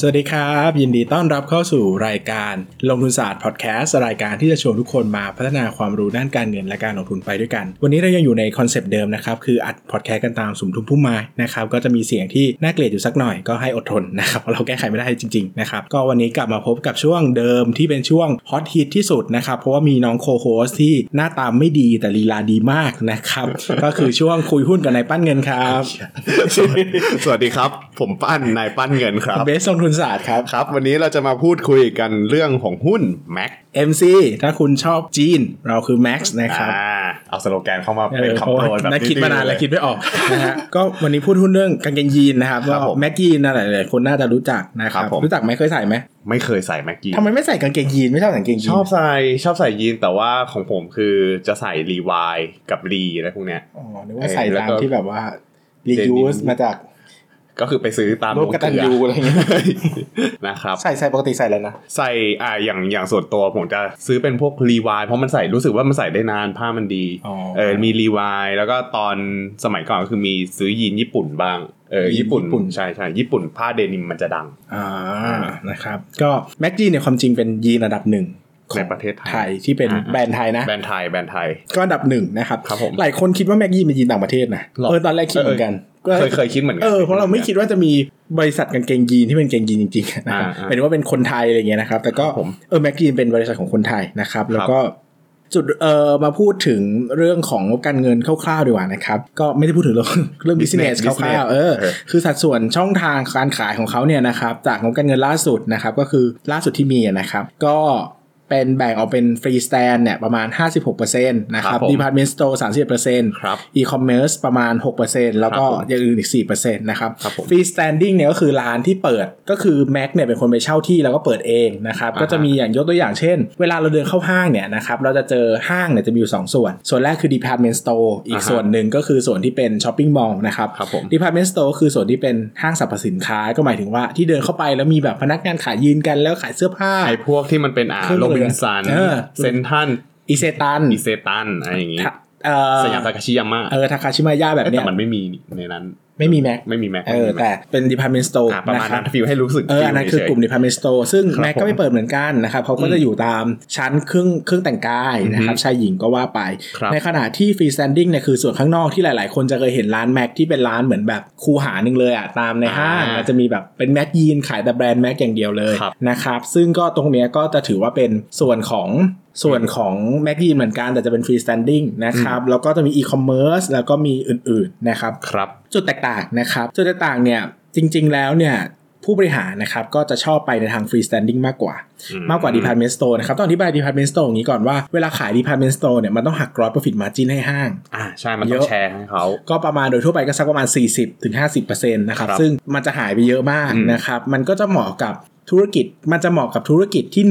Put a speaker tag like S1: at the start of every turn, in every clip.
S1: สวัสดีครับ ยินดีต้อนรับเข้าสู่รายการลงทุนศาสตร์พอดแคสต์รายการที่จะชวนทุกคนมาพัฒนาความรู้ด้านการเงินและการลงทุนไปด้วยกัน วันนี้เรายังอยู่ในคอนเซปต์เดิมนะครับ คืออัดพอดแคสต์กันตามสุมทุมพุ่มไม้นะครับ ก็จะมีเสียงที่น่าเกลียดอยู่สักหน่อยก็ให้อดทนนะครับเพราะเราแก้ไขไม่ได้จริงๆนะครับก็วันนี้กลับมาพบกับช่วงเดิมที่เป็นช่วงฮอตฮิตที่สุดนะครับเพราะว่ามีน้องโคโฮสที่หน้าตาไม่ดีแต่ลีลาดีมากนะครับ ก็คือช่วงคุยหุ้นกับนายปั้นเงินครับ
S2: สวัสดีครับ ผมปั้นนายปั้นเงิน ครับ
S1: เบสลงทุนศาสตร์ครับ
S2: ครับ วันนี้เราจะมาพูดคุยกันเรื่องของหุ้นแม็ก
S1: MC ถ้าคุณชอบจีนเราคือ Max นะครับ
S2: อ่าเอาสโลแกนเข้ามา
S1: เอ
S2: เป็น
S1: อ
S2: คำโปรยแบบ
S1: น่าคิดมานานแล้ว
S2: เย
S1: คิดไม่ออกนะฮะ ก็วันนี้พูดหุ้นเรื่องกางเกงยีนนะครับ
S2: ครั
S1: ก็
S2: บผม
S1: แม็กยีนนะหลายๆคนน่าจะรู้จักนะครั
S2: ครับบผม
S1: รู้จักไหมเคยใส่ไหม
S2: ไม่เคยใส่แม็กกี้
S1: ทำไมไม่ใส่กางเกงยีนไม่ชอบใส่กางเกงยีน
S2: ชอบใส่ชอบใส่ยีนแต่ว่าของผมคือจะใส่รีวายกับรีอะไรพวกเนี้ย
S1: อ๋อนึกว่าใส่ตาม
S2: เออแล้วก็
S1: ที่แบบว่า reuse
S2: denim
S1: มาจาก
S2: ก็คือไปซื้อตาม
S1: โลกกตัน
S2: โงเลื
S1: ยูอะไรเงี้ย
S2: นะครับ
S1: ใส่ใส่ปกติใส่อะไรนะ
S2: ใส่อ่าอย่างอย่างส่วนตัวผมจะซื้อเป็นพวกรีวายเพราะมันใส่รู้สึกว่ามันใส่ได้นานผ้ามันดี
S1: อ๋อ
S2: เออ มีรีวายแล้วก็ตอนสมัยก่อนก็คือมีซื้อยีนญี่ปุ่นบ้าง เออ ญี่ปุ่น ใช่ใช่ญี่ปุ่นผ้าเดนิมมันจะดัง
S1: อ่านะครับ ก็แม็กยีนเนี่ยความจริงเป็นยีนระดับหนึ่งขอ
S2: ใน
S1: ง
S2: ประเทศไทย
S1: ไทยที่เป็น
S2: อ่า
S1: แบรนด์ไทยนะ
S2: แบรนด์ไทย แบรนด์ไทย
S1: ก็อันดับหนึ่งนะครับ
S2: ครับผม
S1: หลายคนคิดว่าแม็กยี่เป็นยีนต่างประเทศนะ
S2: หรอ
S1: เออตอนแรกคิดเหมือนกันก็
S2: เคยเคยคิดเหมือนกั
S1: เออเพราะเราไม่คิดว่าจะมีบริษัทกางเกงยีนที่เป็นกางเกงยีนจริงๆนะครับห
S2: อ่าๆ
S1: มายถึงว่าเป็นคนไทยอะไรเงี้ยนะครับ แต่ก็
S2: ครับผม
S1: เออแม็กยีนเป็นบริษัทของคนไทยนะครับ แล้วก็จุดเออมาพูดถึงเรื่องของงบการเงินคร่าวๆดีกว่านะครับ ก็ไม่ได้พูดถึงเรื่อง เรื่อง business
S2: business
S1: คร่าวๆเออ
S2: เออ
S1: คือสัดส่วนช่องทางการขายของเขาเนี่ยนะครับจากงบการเงินล่าสุดนะครับก็คือล่าสุดที่มีอะนะครับ ก็เป็นแบ่งออกเป็นฟรีสแตนเนี่ยประมาณ 56%นะค
S2: ค
S1: รั
S2: รั
S1: บบ
S2: ผม
S1: ดีพาร์ตเมนต์สโตร์31%
S2: ครับ
S1: e-commerce ประมาณ 6%แล้วก็
S2: ครับผม
S1: อย่างอื่นอีก 4%นะครับ
S2: ครับผม
S1: free standing เนี่ยก็คือร้านที่เปิดก็คือ Mac เนี่ยเป็นคนไปเช่าที่แล้วก็เปิดเองนะครับ
S2: อ่าฮะ
S1: ก็จะมีอย่างยกตัวอย่างเช่น เวลาเราเดินเข้าห้างเนี่ยนะครับเราจะเจอห้างเนี่ยจะมีอยู่ 2 ส่วน ส่วนแรกคือ department store อีก
S2: อ่าฮะ
S1: ส่วนหนึ่งก็คือส่วนที่เป็น shopping mall นะครับ
S2: ครับผม
S1: department store คือส่วนที่เป็นห้างสรรพสินค้าก็หมายถึงว่าที่เดินเข้าไปแล้วมีแบบพนักงานขายยืนกันแล้วขายเสื้อผ้า
S2: ไอพวกที่มันเป็นอ่า
S1: เครื่อง
S2: โรบินสัน
S1: เออ
S2: เซนทัน
S1: อิเซตัน
S2: อิเซตัน อะไรอย่างงี้
S1: เอ่อ
S2: สยามทาคาชิยาม่า
S1: เออทาคาชิมายะแบบ
S2: แต่
S1: เนี้ย
S2: มันไม่มีในนั้น
S1: ไม่มี Mac
S2: ไม่มีแม็ก
S1: เออแต่เป็น department store
S2: ประมาณ
S1: นะครั
S2: นั้
S1: บ
S2: นฟิลให้รู้สึก
S1: เอออันนั้นคือกลุ่ม department store ซึ่ง
S2: ครับ
S1: แม็ก
S2: ผม
S1: ก็ไม่เปิดเหมือนกันนะครับเขาก็จะอยู่ตามชั้นเครื่องเครื่องแต่งกายนะครับ
S2: อือฮึ
S1: ชายหญิงก็ว่าไป
S2: ครับ
S1: ในขณะที่ free standing เนี่ยคือส่วนข้างนอกที่หลาย ๆ คนจะเคยเห็นร้านแม็กที่เป็นร้านเหมือนแบบคูหาหนึ่งเลยอ่ะตามในห้าง
S2: อ่า
S1: อาจจะมีแบบเป็นแม็กยีนขายแต่แบรนด์แม็กอย่างเดียวเลย
S2: ครับ
S1: นะครับซึ่งก็ตรงเนี้ยก็จะถือว่าเป็นส่วนของส่วนของแม็กยีนเหมือนกันแต่จะเป็น free standing นะครับแล้วก็จะมี e-commerce แล้วก็มีอื่น ๆ นะครับ
S2: ครับ
S1: จุดแตกต่างนะครับ จุดแตกต่างเนี่ยจริง ๆ แล้วเนี่ยผู้บริหารนะครับก็จะชอบไปในทาง freestanding มากกว่า
S2: อืม
S1: มากกว่า department store นะครับต้องอธิบาย department store อย่างนี้ก่อนว่าเวลาขาย department store เนี่ยมันต้องหัก gross profit margin ให้ห้าง
S2: อ่าใช่มัน
S1: เย
S2: ต้อ
S1: อะ
S2: งแชร์ให้เขา
S1: ก็ประมาณโดยทั่วไปก็สักประมาณ 40-50%นะครับ
S2: ครับ
S1: ซึ่งมันจะหายไปเยอะมาก
S2: อืม
S1: นะครับ มันก็จะเหมาะกับธุรกิจ มันจะเหมาะกับธุรกิจที่ 1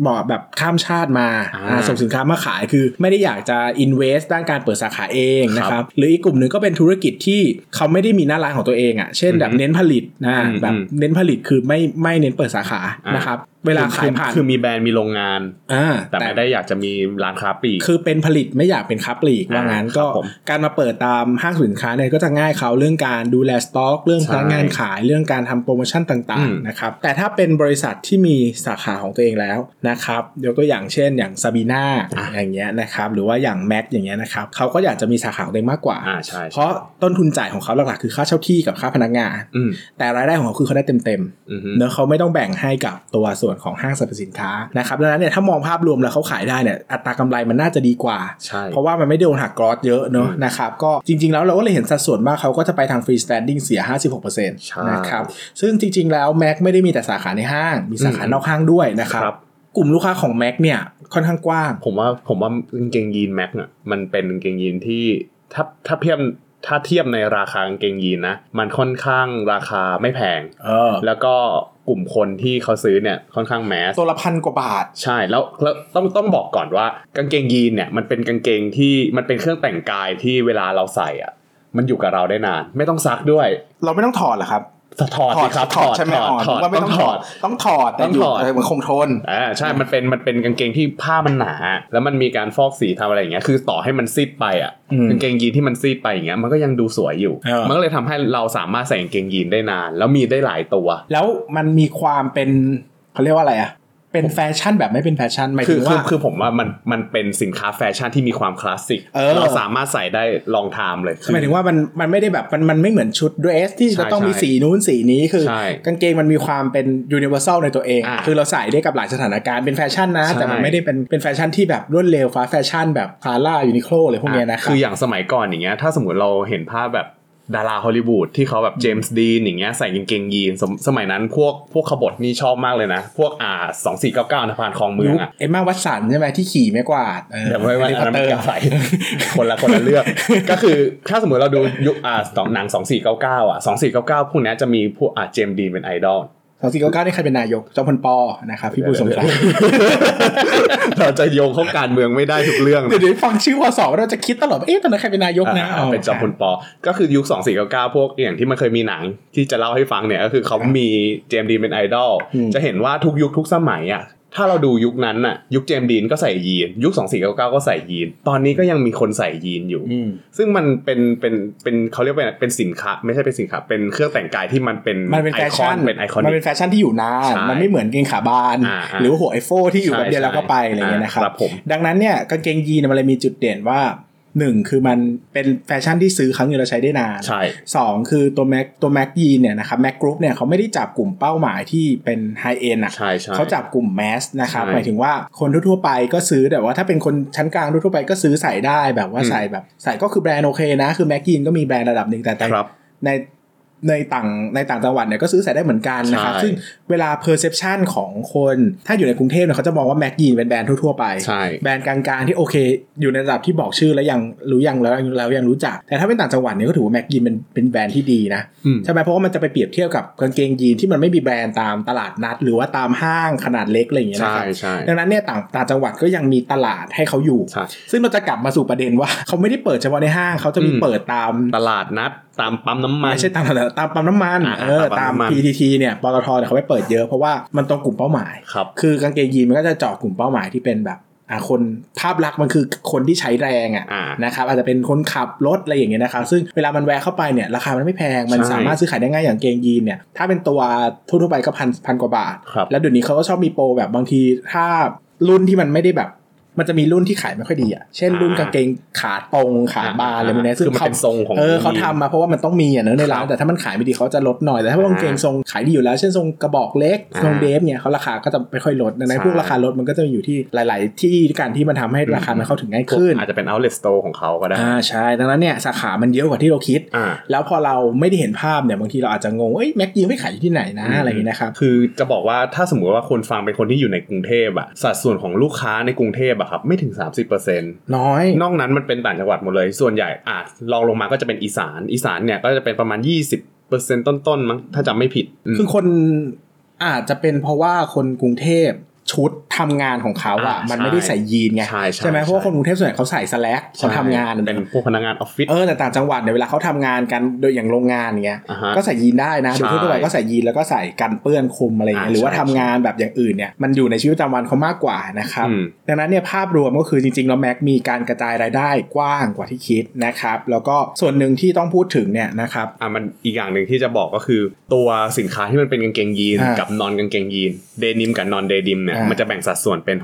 S1: เหมาะแบบข้ามชาติมา
S2: อ่า
S1: อ่าส่งสินค้ามาขายคือไม่ได้อยากจะ invest ด้านการเปิดสาขาเองนะค
S2: ครั
S1: รับบ หรืออีกกลุ่มหนึ่งก็เป็นธุรกิจที่เขาไม่ได้มีหน้าร้านของตัวเองอะ่ะเช่นแบบ
S2: อืม
S1: เน้นผลิตนะ
S2: อืม
S1: แบบ
S2: อืม
S1: เน้นผลิตคือไม่ไม่เน้นเปิดสาขา
S2: อ่าน
S1: นะครับเวลาขายผ่าน
S2: คือมีแบรนด์มีโรงงาน
S1: อ่า
S2: แต่ไม่ได้อยากจะมีร้านค้าปลีก
S1: คือเป็นผลิตไม่อยากเป็นค้าปลีก
S2: อ่า
S1: ว่างั้น
S2: ครั
S1: ก็
S2: บผม
S1: การมาเปิดตามห้างสินค้าเนี่ยก็จะง่ายเขาเรื่องการดูแลสต็อก เรื่อง
S2: ใช่
S1: พนักงานขายเรื่องการทำโปรโมชั่นต่าง
S2: อืม
S1: ๆนะครับแต่ถ้าเป็นบริษัทที่มีสาขาของตัวเองแล้วนะครับยกตัวอย่างเช่นอย่างซาบีนา
S2: อ่ะ
S1: อย่างเงี้ยนะครับหรือว่าอย่างแม็กอย่างเงี้ยนะครับเขาก็อยากจะมีสาขาของตัวเองมากกว่า
S2: อ่าใช่
S1: เพราะต้นทุนจ่ายของเขาหลักๆคือค่าเช่าที่กับค่าพนักงาน
S2: อืม
S1: แต่รายได้ของเขาคือเขาได้เต็มๆ
S2: อืม
S1: เนอะเขาไม่ต้องแบ่งให้กับตัวส่วนของห้างสรรพสินค้านะครับดังนั้นเนี่ยถ้ามองภาพรวมแล้วเขาขายได้เนี่ยอัตรากำไรมันน่าจะดีกว่า
S2: ใช่
S1: เพราะว่ามันไม่โดนหักกรอสเยอะเนอะ
S2: อืม
S1: นะครับก็จริง ๆ แล้วเราก็เลยเห็นสัดส่วนมากเขาก็จะไปทางฟรีสแตนดิ้งเสีย 56%
S2: ใช่
S1: นะครับซึ่งจริง ๆ แล้วแม็กไม่ได้มีแต่สาขาในห้าง มีสาขา
S2: อืม
S1: นอกห้างด้วยนะครับ
S2: ครับ
S1: กลุ่มลูกค้าของแม็กเนี่ยค่อนข้างกว้าง
S2: ผมว่าผมว่ากางเกงยีนแม็กเนี่ยมันเป็นกางเกงยีนที่ถ้าถ้าเทียบถ้าเทียบในราคากางเกงยีนนะ มันค่อนข้างราคาไม่แพง
S1: เออ
S2: แล้วก็กลุ่มคนที่เขาซื้อเนี่ยค่อนข้างแมส
S1: ตัวละพันกว่าบาท
S2: ใช่แล้วแล้วต้องต้องบอกก่อนว่ากางเกงยีนเนี่ยมันเป็นกางเกงที่มันเป็นเครื่องแต่งกายที่เวลาเราใส่อ่ะ มันอยู่กับเราได้นาน ไม่ต้องซักด้วย
S1: เราไม่ต้องถอดเหรอครับ
S2: สะถอดสิครับ
S1: ถอดใช่ไหมอ๋อ
S2: ถอ
S1: ผ
S2: ด
S1: มว่าไม่
S2: ต้
S1: ต้
S2: อ
S1: อง
S2: ง
S1: ถ
S2: ถ
S1: อ
S2: อ
S1: ด
S2: ด
S1: ต้องถอดแต่
S2: ต้อง
S1: อยู่
S2: ถอด
S1: เออมันคงทน
S2: อ่าใช่มันเป็นมันเป็นกางเกงที่ผ้ามันหนา แล้วมันมีการฟอกสีทำอะไรอย่างเงี้ยคือต่อให้มันซีดไปอ่ะ
S1: อืม
S2: กางเกงยีนที่มันซีดไปอย่างเงี้ยมันก็ยังดูสวยอยู่
S1: เออ
S2: มันก็เลยทำให้เราสามารถใส่กางเกงยีนได้นาน แล้วมีได้หลายตัว
S1: แล้วมันมีความเป็นเขาเรียกว่าอะไรอ่ะ เป็นแฟชั่นแบบไม่เป็นแฟชั่นหมาย
S2: คื
S1: ถึ
S2: อง คือ
S1: ว่า
S2: คือผมว่ามันมันเป็นสินค้าแฟชั่นที่มีความคลาสสิก
S1: เออ
S2: เราสามารถใส่ได้ลองไทม์เลยคื
S1: ห
S2: อ
S1: มายถึงว่ามันมันไม่ได้แบบมันมันไม่เหมือนชุดดรสที่จะ
S2: ใช่
S1: ต้องมี
S2: ใช่
S1: สีนู้นสีนี้คือ
S2: ใช่
S1: กางเกงมันมีความเป็นยูนิเวอร์แซลในตัวเอง
S2: อ่า
S1: คือเราใส่ได้กับหลายสถานการณ์เป็นแฟชั่นนะ
S2: ใช่
S1: แต่มันไม่ได้เป็นเป็นแฟชั่นที่แบบรวดเร็วฟ้าแฟชั่นแบบคาร่ายูนิโคลอะไรพวกเนี้ยนะรับ
S2: คืออย่างสมัยก่อนอย่างเงี้ยถ้าสมมติเราเห็นภาพแบบดาราฮอลลีวูดที่เขาแบบเจมส์ดีนอย่างเงี้ยใส่กางเกงยีนสมสมัยนั้นพวกพวกขบฏนี่ชอบมากเลยนะ พวกอ่าสองสี่เก้าเก้านะพานคลองเมื
S1: ยุ
S2: อง
S1: ค
S2: อะ
S1: เอ็มมาวัตสันใช่ไหมที่ขี่ไม่กวาด
S2: เดี๋ยวไม่ไม่อันนั้น
S1: เต
S2: ไม่
S1: อร์
S2: กล้าใส่ คนละคนละเลือก ก็คือถ้าสมมติเราดูยุคอ่าสองหนังสองสี่เก้าเก้าอ่ะสองสี่เก้าเก้าพวกเนี้ยจะมีพวกอ่าเจมส์ดีนเป็นไอดอล
S1: สองสี่เก้าเก้านี่ใครเป็นนายกจอมพลปอนะครับพี่ปูสงกรานต์
S2: เราจะโยงเข้าการเมืองไม่ได้ทุกเรื่อง
S1: เดี๋ยวเดี๋ยวฟังชื่อพอสอบเราจะคิดตลอดว่าเอ๊ะตอนนั้นใครเป็นนายกนะ
S2: อ่าเป็นจอมพลปอ ก็คือยุค 2499 พวกอย่างที่มันเคยมีหนังที่จะเล่าให้ฟังเนี่ย ก็คือเขามีเจมส์ดีนเป็นไอดอล จะเห็นว่าทุกยุคทุกสมัยอ่ะ ถ้าเราดูยุคนั้นน่ะ ยุคเจมส์ดีนก็ใส่ยีน ยุค 2499 ก็ใส่ยีน ตอนนี้ก็ยังมีคนใส่ยีนอยู่
S1: อืม
S2: ซึ่งมันเป็นเป็นเป็นเขาเรียกว่าเป็นเป็นสินค้า ไม่ใช่เป็นสินค้า เป็นเครื่องแต่งกายที่มันเป็น
S1: มันเป็น
S2: ไอ
S1: แฟ
S2: คอ
S1: ชั่
S2: น
S1: น
S2: เป็นไอคอ
S1: มัน
S2: นิ
S1: เป็น
S2: ก
S1: แฟชั่นที่อยู่นาน
S2: ใช่
S1: มันไม่เหมือนกางเกงขาบาน
S2: อ่าๆ
S1: หรือหัวไอโฟที่อยู่
S2: ใช่
S1: แบบเดียวแล้วก็ไปอะไรอย่างเงี้ยนะครั
S2: ครับ บผม
S1: ดังนั้นเนี่ยกางเกงยีนเนี่ยมันเลยมีจุดเด่นว่าหนึ่งคือมันเป็นแฟชั่นที่ซื้อครั้งเดียวเราใช้ได้นาน
S2: ใช่
S1: สองคือตัวแม็กตัวแม็กยีนเนี่ยนะครับแม็กกรุ๊ปเนี่ยเขาไม่ได้จับกลุ่มเป้าหมายที่เป็นไฮเอ็นอะ
S2: ใช่ใช่
S1: เขาจับกลุ่มแมสนะครับ
S2: ใช่
S1: หมายถึงว่าคนทั่วๆไปก็ซื้อแต่ว่าถ้าเป็นคนชั้นกลางทั่วๆไปก็ซื้อใส่ได้แบบว่า
S2: อืม
S1: ใส่แบบใส่ก็คือแบรนด์โอเคนะ คือแม็กกินก็มีแบรนด์ระดับหนึ่งแต่แต่
S2: ครับ
S1: ในในต่างในต่างจังหวัดเนี่ยก็ซื้อใส่ได้เหมือนกันนะครับ
S2: ใช่
S1: ซึ่งเวลา perception ของคนถ้าอยู่ในกรุงเทพเนี่ยเขาจะมองว่าแม็กกินเป็นแบรนด์ทั่วๆไป
S2: ใช่
S1: แบรนด์กลางๆที่โอเค อยู่ในระดับที่บอกชื่อแล้วยังรู้ยังแล้วแล้วยังรู้จัก แต่ถ้าเป็นต่างจังหวัดเนี่ยก็ถือว่าแม็กยีนเป็นเป็นแบรนด์ที่ดีนะ
S2: อืม
S1: ใช่ไหมเพราะว่ามันจะไปเปรียบเทียบกับกางเกงยีนที่มันไม่มีแบรนด์ตามตลาดนัด หรือว่าตามห้างขนาดเล็กอะไรอย่างเงี้ย
S2: ใช่
S1: นะครับ
S2: ใช่
S1: ดังนั้นเนี่ยต่างต่างจังหวัดก็ยังมีตลาดให้เขาอยู่
S2: ใช่
S1: ซึ่งเราจะกลับมาสู่ประเด็นว่า เขาไม่ได้เปิดเฉพาะในห้างเขาจะมี
S2: อืม
S1: เปิดตาม
S2: ตลาดนัดตามปั๊มน้ำมัน
S1: ไม่ใช่ตามตลาดตามปั๊มน้ำมัน
S2: อ่า
S1: เออตา
S2: ตาม มปั๊มน้ำมัน
S1: PTT เนี่ยปตทเนี่ยเขาไปเปิดเยอะเพราะว่ามันตรงกลุ่มเป้าหมาย
S2: ครับ
S1: คือกางเกงยีนมันก็จะเจาะกลุ่มเป้าหมายที่เป็นแบบอ่าคนภาพลักษณ์มันคือคนที่ใช้แรงอ่ะ
S2: อ่า
S1: นะครับอาจจะเป็นคนขับรถอะไรอย่างเงี้ยนะครับซึ่งเวลามันแวร์เข้าไปเนี่ยราคามันไม่แพงมัน
S2: ใช่
S1: สามารถซื้อขายได้ง่ายอย่างเกงยีนเนี่ยถ้าเป็นตัวทั่วๆไปก็พันพันกว่าบาท
S2: ครับ
S1: แล้วเดี๋ยวนี้เขาก็ชอบมีโปรแบบบางทีถ้ารุ่นที่มันไม่ได้แบบ มันจะมีรุ่นที่ขายไม่ค่อยดีอ่ะเช่นรุ่นกางเกงขาตรงขาบานอะไรพวกเนี้ยซึ่ง
S2: คือมัน
S1: เขา
S2: เป็นทรงของ
S1: เออเขา
S2: ยีน
S1: ทำ มาเพราะว่ามันต้องมีอ่ะเนอะในร้าน
S2: ครับ
S1: แต่ถ้ามันขายไม่ดีเขาจะลดหน่อยแต่ถ้าเป็นกางเกงทรงขายดีอยู่แล้ว เช่นทรงกระบอกเล็ก
S2: อ่า
S1: ทรงเดฟเนี่ยเขาราคาก็จะไม่ค่อยลดดังนั้น
S2: ใช่
S1: พวกราคาลดมันก็จะอยู่ที่หลาย ๆ ที่การที่มันทำให้ราคามันเข้าถึงง่าย
S2: ขึ้
S1: ขึ้
S2: น
S1: น
S2: อาจจะเป็น outlet store ของเขาก็ได้
S1: อ่าใช่ดังนั้นเนี่ยสาขามันเยอะกว่าที่เราคิด
S2: อ่า
S1: แล้วพอเราไม่ได้เห็นภาพเนี่ยบางทีเราอาจจะงงเอ้ยแม็กยีไม่ขายอยู่ที่ไหนนะ
S2: อืม
S1: อะไรอย่างเงี้ยนะครับ
S2: คือจะบอกว่าถ้าสมมติว่าคนฟังเป็นคนที่อยู่ในกรุงเทพอะสัดส่วนของลูกค้าในกรุงเทพอะครับไม่ถึง 30%น
S1: น้อย
S2: นอกนั้นมันเป็นต่างจังหวัดหมดเลย ส่วนใหญ่อาจลองลงมาก็จะเป็นอีสานอีสานเนี่ยก็จะเป็นประมาณ 20%ต้นๆมั้งถ้าจำไม่ผิดอืม
S1: คือคนอาจจะเป็นเพราะว่าคนกรุงเทพชุดทำงานของเขาอ่ะ
S2: อ่ามั
S1: มันไม่ได้ใส่ยีนไง
S2: ใช่ใช่
S1: ไหมเพราะว่าค
S2: ใช่
S1: นกรุงเทพส่วนใหญ่เขาใส่สแลกเขาทำงาน
S2: เป็นพวกพนักงานออฟฟิศ
S1: เออแต่ต่างจังหวัดเนี่ยเวลาเขาทำงานกันโดยอย่างโรงงานอย่างเงี้ย
S2: อ่าฮะ
S1: ก็ใส่ยีนได้นะ
S2: ใช่
S1: โดยทั่วไปก็ใส่ยีนแล้วก็ใส่กันเปื้อนคลุมอะไรอย่างเงี้ย
S2: อ่า
S1: หรือว่า
S2: ใช่
S1: ทำงานแบบอย่างอื่นเนี่ยมันอยู่ในชีวิตประจำวันเขามากกว่านะครับ
S2: อืม
S1: ดังนั้นเนี่ยภาพรวมก็คือจริงๆแล้วแม็กมีการกระจายรายได้กว้างกว่าที่คิดนะครับแล้วก็ส่วนหนึ่งที่ต้องพูดถึงเนี่ยนะครับ
S2: อ่ะมันอีกอย่างหนึ่งที่จะบอกก็คือ ตัวสินค้าที่มันเป็นกางเกงยีน
S1: อ่ากั
S2: กับนอนกางเกงยีนเดนิมกับนอนเดนิมเนี่ย
S1: อ่ามั
S2: มันจะแบ่งสัดส่วนเป็น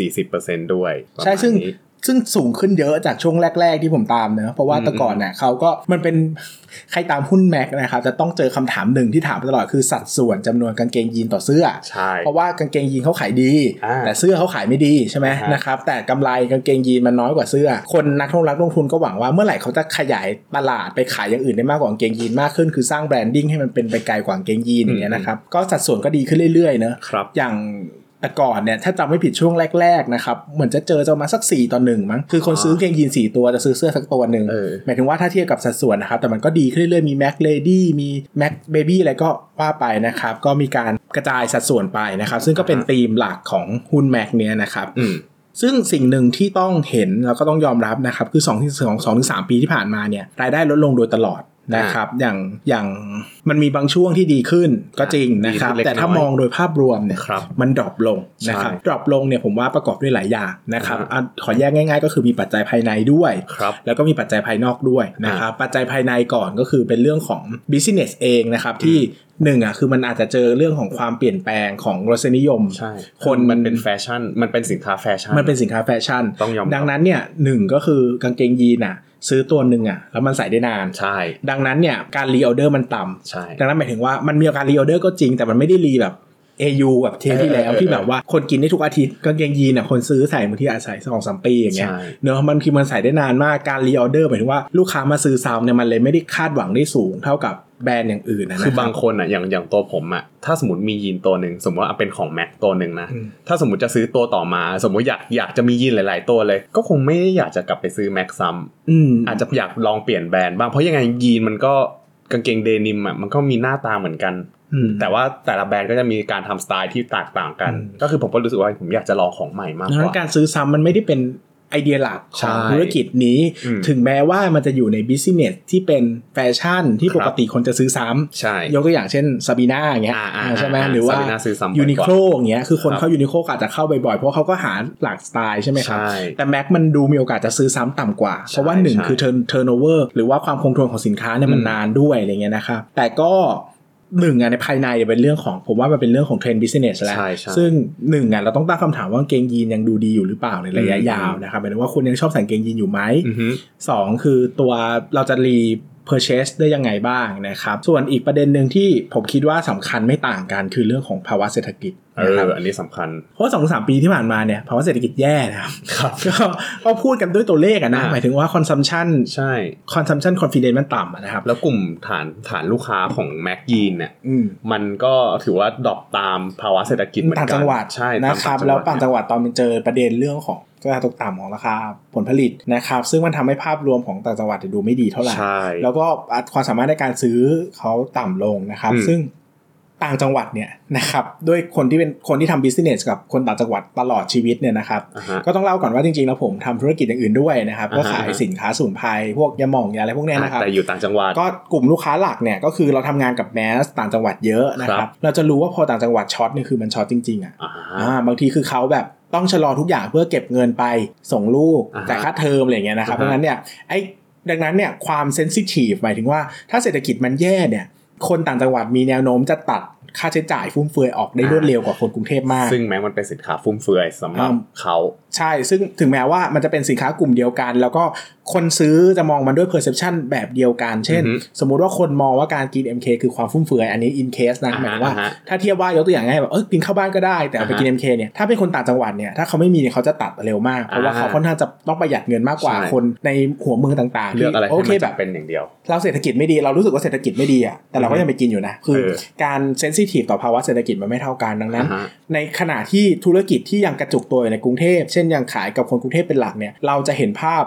S2: 60-40%ด้วยประมาณ
S1: ใช่ซึ่ง
S2: นี้
S1: ซึ่งสูงขึ้นเยอะจากช่วงแรก ๆ ที่ผมตามเนอะเพราะว่า
S2: อืม
S1: แต่ก่อนเนี่ยเขาก็มันเป็น ใครตามหุ้นแม็กนะครับจะต้องเจอคำถามหนึ่งที่ถามตลอดคือสัดส่วนจำนวนกางเกงยีนต่อเสื้อ
S2: ใช่
S1: เพราะว่ากางเกงยีนเขาขายดี
S2: อ่า
S1: แต่เสื้อเขาขายไม่ดีใช่ไหม
S2: อ่าฮะ
S1: นะครับแต่กำไรกางเกงยีนมันน้อยกว่าเสื้อ คนนักลงรักลงทุนก็หวังว่าเมื่อไหร่เขาจะขยายตลาดไปขายอย่างอื่นได้มากกว่ากางเกงยีนมากขึ้นคือสร้างแบรนดิ้งให้มันเป็นไปไกลกว่ากางเกงยีนอย่างเงี้ย
S2: อืม
S1: นะครับก็สัดส่วนก็ดีขึ้นเรื่อยๆเนอะ
S2: ครับ
S1: อย่างแต่ก่อนเนี่ยถ้าจำไม่ผิดช่วงแรกๆนะครับเหมือนจะเจอจะประมาณสัก 4 ต่อหนึ่งมั้งคือคนซื้อเกงยีน 4 ตัวจะซื้อเสื้อสักตัวหนึ่ง
S2: เออ
S1: หมายถึงว่าถ้าเทียบกับสัดส่วนนะครับ แต่มันก็ดีขึ้นเรื่อยๆ มีแม็กเลดี้มีแม็กเบบี้อะไรก็ว่าไปนะครับ ก็มีการกระจายสัดส่วนไปนะครับ ซึ่งก็เป็นธีมหลักของหุ้นแม็กเนี่ยนะครับ
S2: อืม
S1: ซึ่งสิ่งหนึ่งที่ต้องเห็นแล้วก็ต้องยอมรับนะครับคือ2องถึงสองสองถึงสามปีที่ผ่านมาเนี่ยรายได้ลดลงโดยตลอดนะครับอย่างอย่างมันมีบางช่วงที่ดีขึ้นก็จริงนะครับ
S2: ดีขึ้นเล็กน้อย
S1: แต่ถ้ามองโดยภาพรวมเนี่ย
S2: ครับ
S1: มันดรอปลงนะครับ
S2: ใช่
S1: ดรอปลงเนี่ยผมว่าประกอบด้วยหลายอย่างนะครับ
S2: อ่า
S1: อ่ะขอแยกง่าย ๆ ก็คือมีปัจจัยภายในด้วย
S2: ครับ
S1: แล้วก็มีปัจจัยภายนอกด้วยนะครับปัจจัยภายในก่อนก็คือเป็นเรื่องของ business เองนะครับที่หนึ่งอ่ะคือมันอาจจะเจอเรื่องของความเปลี่ยนแปลงของรสนิยม
S2: ใช่
S1: คน
S2: มันเป็นแฟชั่น มันเป็นสินค้าแฟชั่น
S1: มันเป็นสินค้าแฟชั่น
S2: ต้องยอมรับ
S1: ดังนั้นเนี่ยหนึ่งก็คือกางเกงยีนอ่ะซื้อตัวหนึ่งอ่ะแล้วมันใส่ได้นาน
S2: ใช่
S1: ดังนั้นเนี่ยการรีออเดอร์มันต่ำ
S2: ใช่
S1: ดังนั้นหมายถึงว่ามันมีการรีออเดอร์ก็จริงแต่มันไม่ได้รีแบบ AU แบบเทปที่แล้ว
S2: เออเออเออ
S1: ที่แบบว่าคนกินได้ทุกอาทิตย์กางเกงยีนอ่ะคนซื้อใส่บางทีอาจใส่สองสามปีอย่างเงี้ย
S2: ใช่
S1: เนอะมันคือมันใส่ได้นานมากการรีออเดอร์หมายถึงว่าลูกค้ามาซื้อซ้ำเนี่ยมันเลยไม่ได้คาดหวังได้สูงเท่ากับแบรนด์อย่างอื่นนะนะ
S2: คือบาง
S1: รั
S2: คนอ่ะอย่างอย่างตัวผมอ่ะถ้าสมมติมียีนตัวหนึ่งสมมติว่าเป็นของแม็กตัวหนึ่งนะ
S1: อืม
S2: ถ้าสมมติจะซื้อตัวต่อมา สมมติอยากอยากจะมียีนหลาย ๆ ตัวเลย ก็คงไม่ได้อยากจะกลับไปซื้อแม็กซ้
S1: อืม
S2: ำอาจจะอยากลองเปลี่ยนแบรนด์บ้างเพราะยังไงยีนมันก็กางเกงเดนิมอ่ะมันก็มีหน้าตาเหมือนกัน
S1: อืม
S2: แต่ว่าแต่ละแบรนด์ก็จะมีการทำสไตล์ที่แตกต่างกัน
S1: อืม
S2: ก็คือผมก็รู้สึกว่าผมอยากจะลองของใหม่มาก
S1: ดัง
S2: ก
S1: นั้น
S2: ว่า
S1: การซื้อซ้ำมันไม่ได้เป็นไอเดียหลักข
S2: ใช่
S1: องธุรกิจนี้
S2: อืม
S1: ถึงแม้ว่ามันจะอยู่ในบิสเนสที่เป็นแฟชั่นที่
S2: ค
S1: ป
S2: รับ
S1: กติคนจะซื้อซ้ำ
S2: ใช่
S1: ยกตัวอย่างเช่นซาบีนาอย่างเงี้ย
S2: อ่าอ่า
S1: ใช่ไหมหรือว่า
S2: ซบิน่ซื้อซ้ำบ่อ
S1: ยูนิ
S2: ก
S1: โค
S2: ว่า
S1: ลอย่างเงี้ยคือคน
S2: ครับ
S1: เข้ายูนิโคลอาจจะเข้าบ่อยๆเพราะเขาก็หาหลากสไตล์ใช่ไหมครับ
S2: ใช่
S1: แต่แม็กมันดูมีโอกาสจะซื้อซ้ำต่ำกว่า
S2: ใช่
S1: เพราะว่าหนึ่ง
S2: ใช่
S1: คือเทิร์นเทิร์นโอเวอร์หรือว่าความคงทนของสินค้าเนี่ยมัน
S2: อืม
S1: นานด้วยอะไรเงี้ยนะครับแต่ก็หนึ่งอ่ะในภายในเนี่ยเป็นเรื่องของผมว่ามันเป็นเรื่องของเทรนด์บิสเนสแล้ว
S2: ใช่ใช่
S1: ซึ่งหนึ่งอ่ะเราต้องตั้งคำถามว่ากางเกงยีนยังดูดีอยู่หรือเปล่าในระยะ
S2: อืม
S1: ยาวนะครับหมายถึงว่าคุณยังชอบใส่กางเกงยีนอยู่ไหม
S2: อือฮึ
S1: สองคือตัวเราจะรี purchase ได้ยังไงบ้างนะครับ ส่วนอีกประเด็นหนึ่งที่ผมคิดว่าสำคัญไม่ต่างกันคือเรื่องของภาวะเศรษฐกิจ
S2: เอ
S1: นะค
S2: อ
S1: รับ
S2: อันนี้สำคัญ
S1: เพราะสองสามปีที่ผ่านมาเนี่ยภาวะเศรษฐกิจแย่นะครับ
S2: ครับ
S1: ก็ก็พูดกันด้วยตัวเลขอะนะ
S2: อ่า
S1: หมายถึงว่า consumption
S2: ใช่
S1: consumption confidence มันต่ำอะนะครับ
S2: แล้วกลุ่มฐานฐานลูกค้าของแม็กยีนเนี่ย
S1: อืม
S2: มันก็ถือว่าดรอปตามภาวะเศรษฐกิจเหมือนกั
S1: ต่าน งจังหวัด
S2: ใช่
S1: นะครับ แล้วต่างจังหวัดตอนมันเจอประเด็นเรื่องของการตกต่ำของราคาผลผลิตนะครับ ซึ่งมันทำให้ภาพรวมของต่างจังหวัดเนี่ยดูไม่ดีเท่าไหร่
S2: ใช่
S1: แล้วก็ความสามารถในการซื้อเขาต่ำลงนะครับ
S2: อืม
S1: ซึ่งต่างจังหวัดเนี่ยนะครับด้วยคนที่เป็นคนที่ทำ business กับคนต่างจังหวัดตลอดชีวิตเนี่ยนะครับ
S2: อ่าฮะ
S1: ก็ต้องเล่าก่อนว่าจริงๆแล้วผมทำธุรกิจอย่างอื่นด้วยนะครับ ก็
S2: อ่าฮะ
S1: ขายสินค้าสมุนไพรพวกยาหม่องยาอะไรพวกเนี้ยนะครับ
S2: แต่อยู่ต่างจังหวัด
S1: ก็กลุ่มลูกค้าหลักเนี่ยก็คือเราทำงานกับแมสต่างจังหวัดเยอะนะค
S2: ครั
S1: รับ
S2: บ
S1: เราจะรู้ว่าพอต่างจังหวัดช็อตเนี่ยคือมันช็อตจริงๆอ่ะ
S2: อ่า
S1: อ่าบางทีคือเขาแบบต้องชะลอทุกอย่างเพื่อเก็บเงินไปส่งลูก
S2: อ่าฮะ
S1: จ่ายค่าเทอมอะไรอย่างเงี้ยนะครับเพ
S2: อ่าฮะ
S1: ราะงั้นเนี่ยไอ้ดังนั้นเนี่ยความเซนซิทีฟหมายถึงว่าถ้าเศรษฐกิจมันแย่เนี่ยคนต่างจังหวัดมีแนวโน้มจะตัดค่าใช้จ่ายฟุ่มเฟือยออกได้รวดเร็วกว่าคนกรุงเทพมาก
S2: ซึ่งแม้มันเป็นสินค้าฟุ่มเฟือยสำหรับ
S1: อ่า
S2: เขา
S1: ใช่ ซึ่งถึงแม้ว่ามันจะเป็นสินค้ากลุ่มเดียวกัน แล้วก็คนซื้อจะมองมันด้วย perception แบบเดียวกัน เช่น
S2: อือฮึ
S1: สมมุติว่าคนมองว่าการกิน MK คือความฟุ่มเฟือย อันนี้ in case นะ
S2: อ่า
S1: ห
S2: ฮะ
S1: มายถึงว่า
S2: อ่าฮะ
S1: ถ้าเทียบว่ายกตัวอย่างง่ายแบบ เออกินข้าวบ้านก็ได้ แต่เอาไปกิน MK เนี่ย ถ้าเป็นคนต่างจังหวัดเนี่ย ถ้าเขาไม่มีเนี่ยเขาจะตัดเร็วมาก เพราะว่า
S2: อ่า
S1: เขาค่อนข้างจะต้องประหยัดเงินมากกว่า
S2: ใช่
S1: คนในหัวเมืองต่างๆ
S2: เลือกอะไร
S1: โอ
S2: ให้
S1: เค
S2: มัน
S1: แบบ
S2: จำเป็นอย่างเดียว
S1: เราเศรษฐกิจไม่ดีเรารู้สึกว่าเศรษฐกิจไม่ดีอะแต่เราก็ยังไปกินอยู่นะคือ
S2: เออ
S1: การเซนซิทีฟต่อภาวะเศรษฐกิจมันไม่เท่ากันดังนั้น
S2: อ่าฮะ
S1: ในขณะที่ธุรกิจที่ยังกระจุกตัวอยู่ในกรุงเทพ เช่นยังขายกับคนกรุงเทพเป็นหลักเนี่ย เราจะเห็นภาพ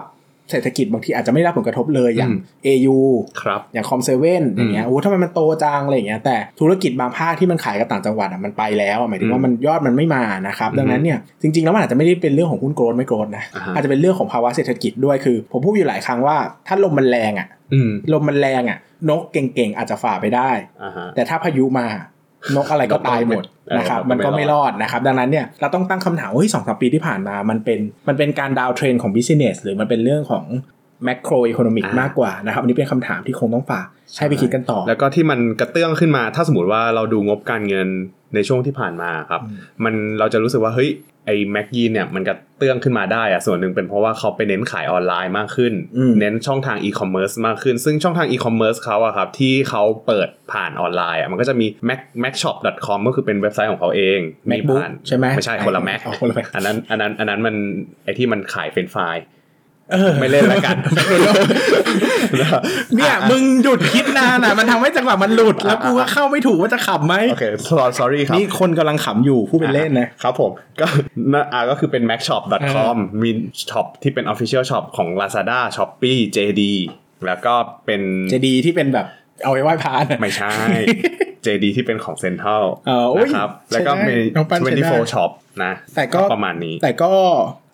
S1: เศรษฐกิจบางทีอาจจะไม่ได้รับผลกระทบเลยอย่าง
S2: อืม
S1: AU
S2: ครับ
S1: อย่างคอมเซเว่นอย่างเงี้ยโอ้ทำไมมันโตจังอะไรอย่างเงี้ยแต่ธุรกิจบางภาคที่มันขายกับต่างจังหวัดอ่ะมันไปแล้วอ่ะหมายถึงว่า
S2: อืม
S1: มันยอดมันไม่มานะครับ
S2: อืม
S1: ดังนั้นเนี่ยจริงๆแล้วมันอาจจะไม่ได้เป็นเรื่องของหุ้นโกรนไม่โกรนนะ
S2: อ่าฮะ
S1: อาจจะเป็นเรื่องของภาวะเศรษฐกิจด้วยคือ ผมพูดอยู่หลายครั้งว่าถ้าลมมันแรงอ่ะ
S2: อืม
S1: ลมมันแรงอ่ะนกเก่งๆอาจจะฝ่าไปได้
S2: อ่าฮะ
S1: แต่ถ้าพายุมานกอะไรก็ตายหมด
S2: เออ
S1: นะครับ
S2: มั
S1: มัน
S2: นก็
S1: ก็
S2: ไม่
S1: ไม่ร
S2: ร
S1: อ
S2: อ
S1: ด
S2: ด
S1: นะครับ ดังนั้นเนี่ยเราต้องตั้งคำถามว่าเฮ้ยสองสามปีที่ผ่านมามันเป็นมันเป็นการดาวเทรนของบิสเนสหรือมันเป็นเรื่องของแม c โ o รอ o ค o m มิกมากกว่านะครับอันนี้เป็นคำถามที่คงต้องฝากให้ไปคิดกันต่อ
S2: แล้วก็ที่มันกระเตื้องขึ้นมา ถ้าสมมติว่าเราดูงบการเงินในช่วงที่ผ่านมาครับ
S1: อืม
S2: มันเราจะรู้สึกว่าเฮ้ยไอ้แม็กยีนเนี่ยมันกระเตื้องขึ้นมาได้อะส่วนหนึ่งเป็นเพราะว่าเขาไปเน้นขายออนไลน์มากขึ้น
S1: อืม
S2: เน้นช่องทางอีคอมเมิร์ซมากขึ้น ซึ่งช่องทางอีคอมเมิร์ซเขาอะครับ ที่เขาเปิดผ่านออนไลน์อะมันก็จะมี mac macshop.com ก็คือเป็นเว็บไซต์ของเขาเองมี
S1: MacBook
S2: ผ่าน
S1: ใช่ไหม
S2: ไม่ใช่คนละ Mac
S1: อ๋อคนละ Mac
S2: อันนั้นอันนั้นอันนั้นมันไอที่มันขายเฟรนไฟล์
S1: ออ
S2: ไม่เล่นละกัน
S1: เนี่ยมึงหยุดคิดนาน อ่ะมันทำให้จังหวะมันหลุด แล้วกูก็เข้าไม่ถูกว่าจะขำไหม
S2: โอเค sorry- sorry ครับ
S1: นี่คนกำลังขำอยู่พูดเป็นเล่นนะ
S2: ครับผมก็ นะอ่าก็คือเป็น macshop.com มีช็อปที่เป็น official shop ของ Lazada Shopee JD แล้วก็เป็น
S1: จะดีที่เป็นแบบเอาไว้ไหว้พระนะ
S2: ไม่ ใช่ JD ที่เป็นของ Central
S1: อ๋ออุ๊ย
S2: นะครับ แล้วก็มี
S1: ใช่ได้น้องปั้นใช่ได้
S2: 24 shop นะ
S1: แต่ก็
S2: ประมาณนี้
S1: แต่ก็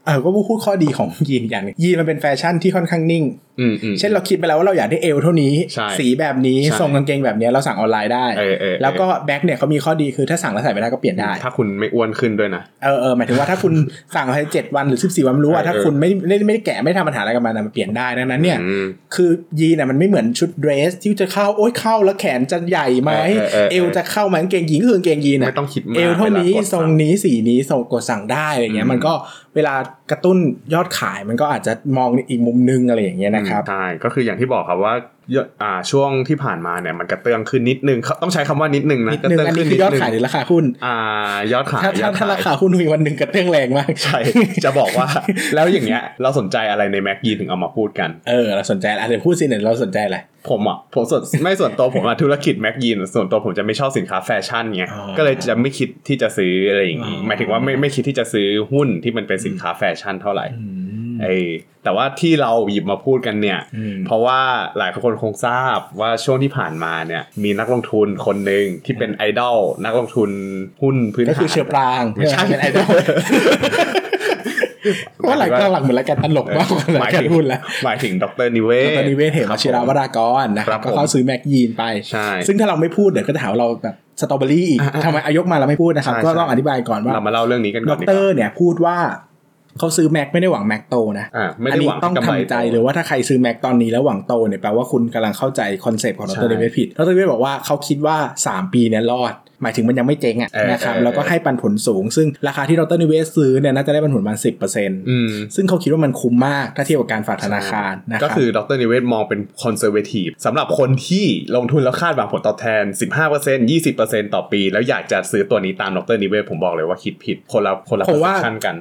S1: เออก็พูดข้อดีของยีนอย่างหนึงยีนมันเป็นแฟชั่นที่ค่อนข้างนิ่ง
S2: อืมอืม
S1: เช่นเราคิดไปแล้วว่าเราอยากได้เอวเท่านี้
S2: ใช่
S1: สีแบบนี้
S2: ใช่
S1: ทรงกางเกงแบบเนี้ยเราสั่งออนไลน์ได้
S2: เออเออเออ
S1: แล้วก็แบ็คเนี่ยเขามีข้อดีคือถ้าสั่งแล้วใส่ไม่ได้ก็เปลี่ยนได้
S2: ถ้าคุณไม่อ้วนขึ้นด้วยนะ
S1: เออเออหมายถึงว่าถ้าคุณ สั่งภายในเจ็ดวันหรือสิบสี่วันไม่รู้ว่าถ้า
S2: เออเออ
S1: คุณไม่ไม่ไม่ได้แกะไม่ได้ทำปัญหาอะไรกับมันอะมันเปลี่ยนได้ดังนั้นเนี่ย
S2: อืม
S1: คือยีนอ่ะมันไม่เหมือนชุดเดรสที่จะเข้าโอ๊ยเข้าแล้วแขนจะใหญ่ไหม
S2: เออเออเออ
S1: เอวจะเข้าไหมกางเกงยีนก็คือกางเกงยีนอะ
S2: ไม่ต้องคิดมาก
S1: เอลเท่านี้
S2: วลกด
S1: ทรงนี้สีนี้ส่งกดสั่งได้อะไรเงี้ยมันก็เวลากระตุ้นยอดขายมันก็อาจจะมองอีกมุมนึงอะไรอย่างเงี้ยนะครับ
S2: ใช่ก็คืออย่างที่บอกครับว่ายอดอ่าช่วงที่ผ่านมาเนี่ยมันกระเตื้องขึ้นนิดนึงเขาต้องใช้คำว่านิดนึงนะ
S1: นิดนึงอันนี้คือยอดขายหรือราคาหุ้น
S2: อ่ายอดขาย
S1: ถ้าถ้าย
S2: อดข
S1: ถ้าย ราคาหุ้นมีวันหนึ่งกระเตื้องแรงมาก
S2: ใช่ จะบอกว่า แล้วอย่างเงี้ย เราสนใจอะไรในแม็กยีถึงเอามาพูดกัน
S1: เออเราสนใจอะไรพูดสิเนี่ยเราสนใจอะไร
S2: ผมอ่ะ ผมส่วนไม่ส่วนตัวผมอ่ะ ธุรกิจแม็กยีนส่วนตัวผมจะไม่ชอบสินค้าแฟชั่นไง
S1: อ๋อ
S2: ก็เลยจะไม่คิดที่จะซื้ออะไรอย่างงี้
S1: อ๋อ
S2: หมายถึงว่าไม่ไม่คิดที่จะซื้อหุ้นที่มันเป็นสินค้าแฟชั่นเท่าไหร่ไอแต่ว่าที่เราหยิบมาพูดกันเนี่ย
S1: อืม
S2: เพราะว่าหลายคนคงทราบว่าช่วงที่ผ่านมาเนี่ย มีนักลงทุนคนหนึ่งที่เป็นไอดอลนักลงทุนหุ้นพื้นฐา
S1: ก็
S2: น
S1: คือเชือปราง
S2: ไม่ใช่
S1: เป็นไอดอลว่าหลังหลังเหมือนรายการตลกมากกว่ารายการหุ้นแล้ว
S2: หมายถึงดรนิเวศ
S1: ตอนนี้เวทเหมชิราวรากรนะค
S2: ครั
S1: รับบ
S2: ผม
S1: ก็เข้าซื้อแม็กยีนไป
S2: ใช่
S1: ซึ่งถ้าเราไม่พูดเดี๋ยวก็จะหาว่าเราแบบสตรอเบอรี่อีก
S2: อ่ะอ่ะ
S1: ทำไมอายกมาเราไม่พูดนะครับ
S2: ใช่
S1: ก็
S2: ใช่
S1: ต้องอธิบายก่อนว่า
S2: เรามาเล่าเรื่องนี้กัน
S1: ด
S2: ก่อน
S1: ร
S2: ดีกว่า
S1: เนี่ยพูดว่าเขาซื้อแม็กไม่ได้หวังแม็กโตนะ
S2: อ่าไม่ได้
S1: นี้
S2: หวัง
S1: ต้อง
S2: กำไร
S1: ทำใจเลยว่าถ้าใครซื้อแม็กตอนนี้แล้วหวังโตเนี่ยแปลว่าคุณกำลังเข้าใจคอนเซปต์ของด
S2: ใช่
S1: รเดวิดผิดดรเดวิดบอกว่าเขาคิดว่า 3 ปีเนี่ยรอด หมายถึงมันยังไม่เจ๊งอะ
S2: เออ
S1: นะครับ
S2: เออ
S1: แล้วก็ให้ปันผลสูง ซึ่งราคาที่ดรนิเวศซื้อเนี่ยน่าจะได้ปันผลประมาณสิ
S2: อืม
S1: ซึ่งเขาคิดว่ามันคุ้มมากถ้าเทียบกับการฝากธนาคารนะ
S2: ก็
S1: รับ
S2: คือดรนิเวศมองเป็นคอนเซอร์เวทีฟสำหรับคนที่ลงทุนแล้วคาดหวังผลตอบแทน 15% 20%ต่อปี แล้วอยากจะซื้อตัวนี้ตามดรนิเวศผมบอกเลยว่าคิดผิดคนละคนละ
S1: ผมว่า
S2: ขั้นกัน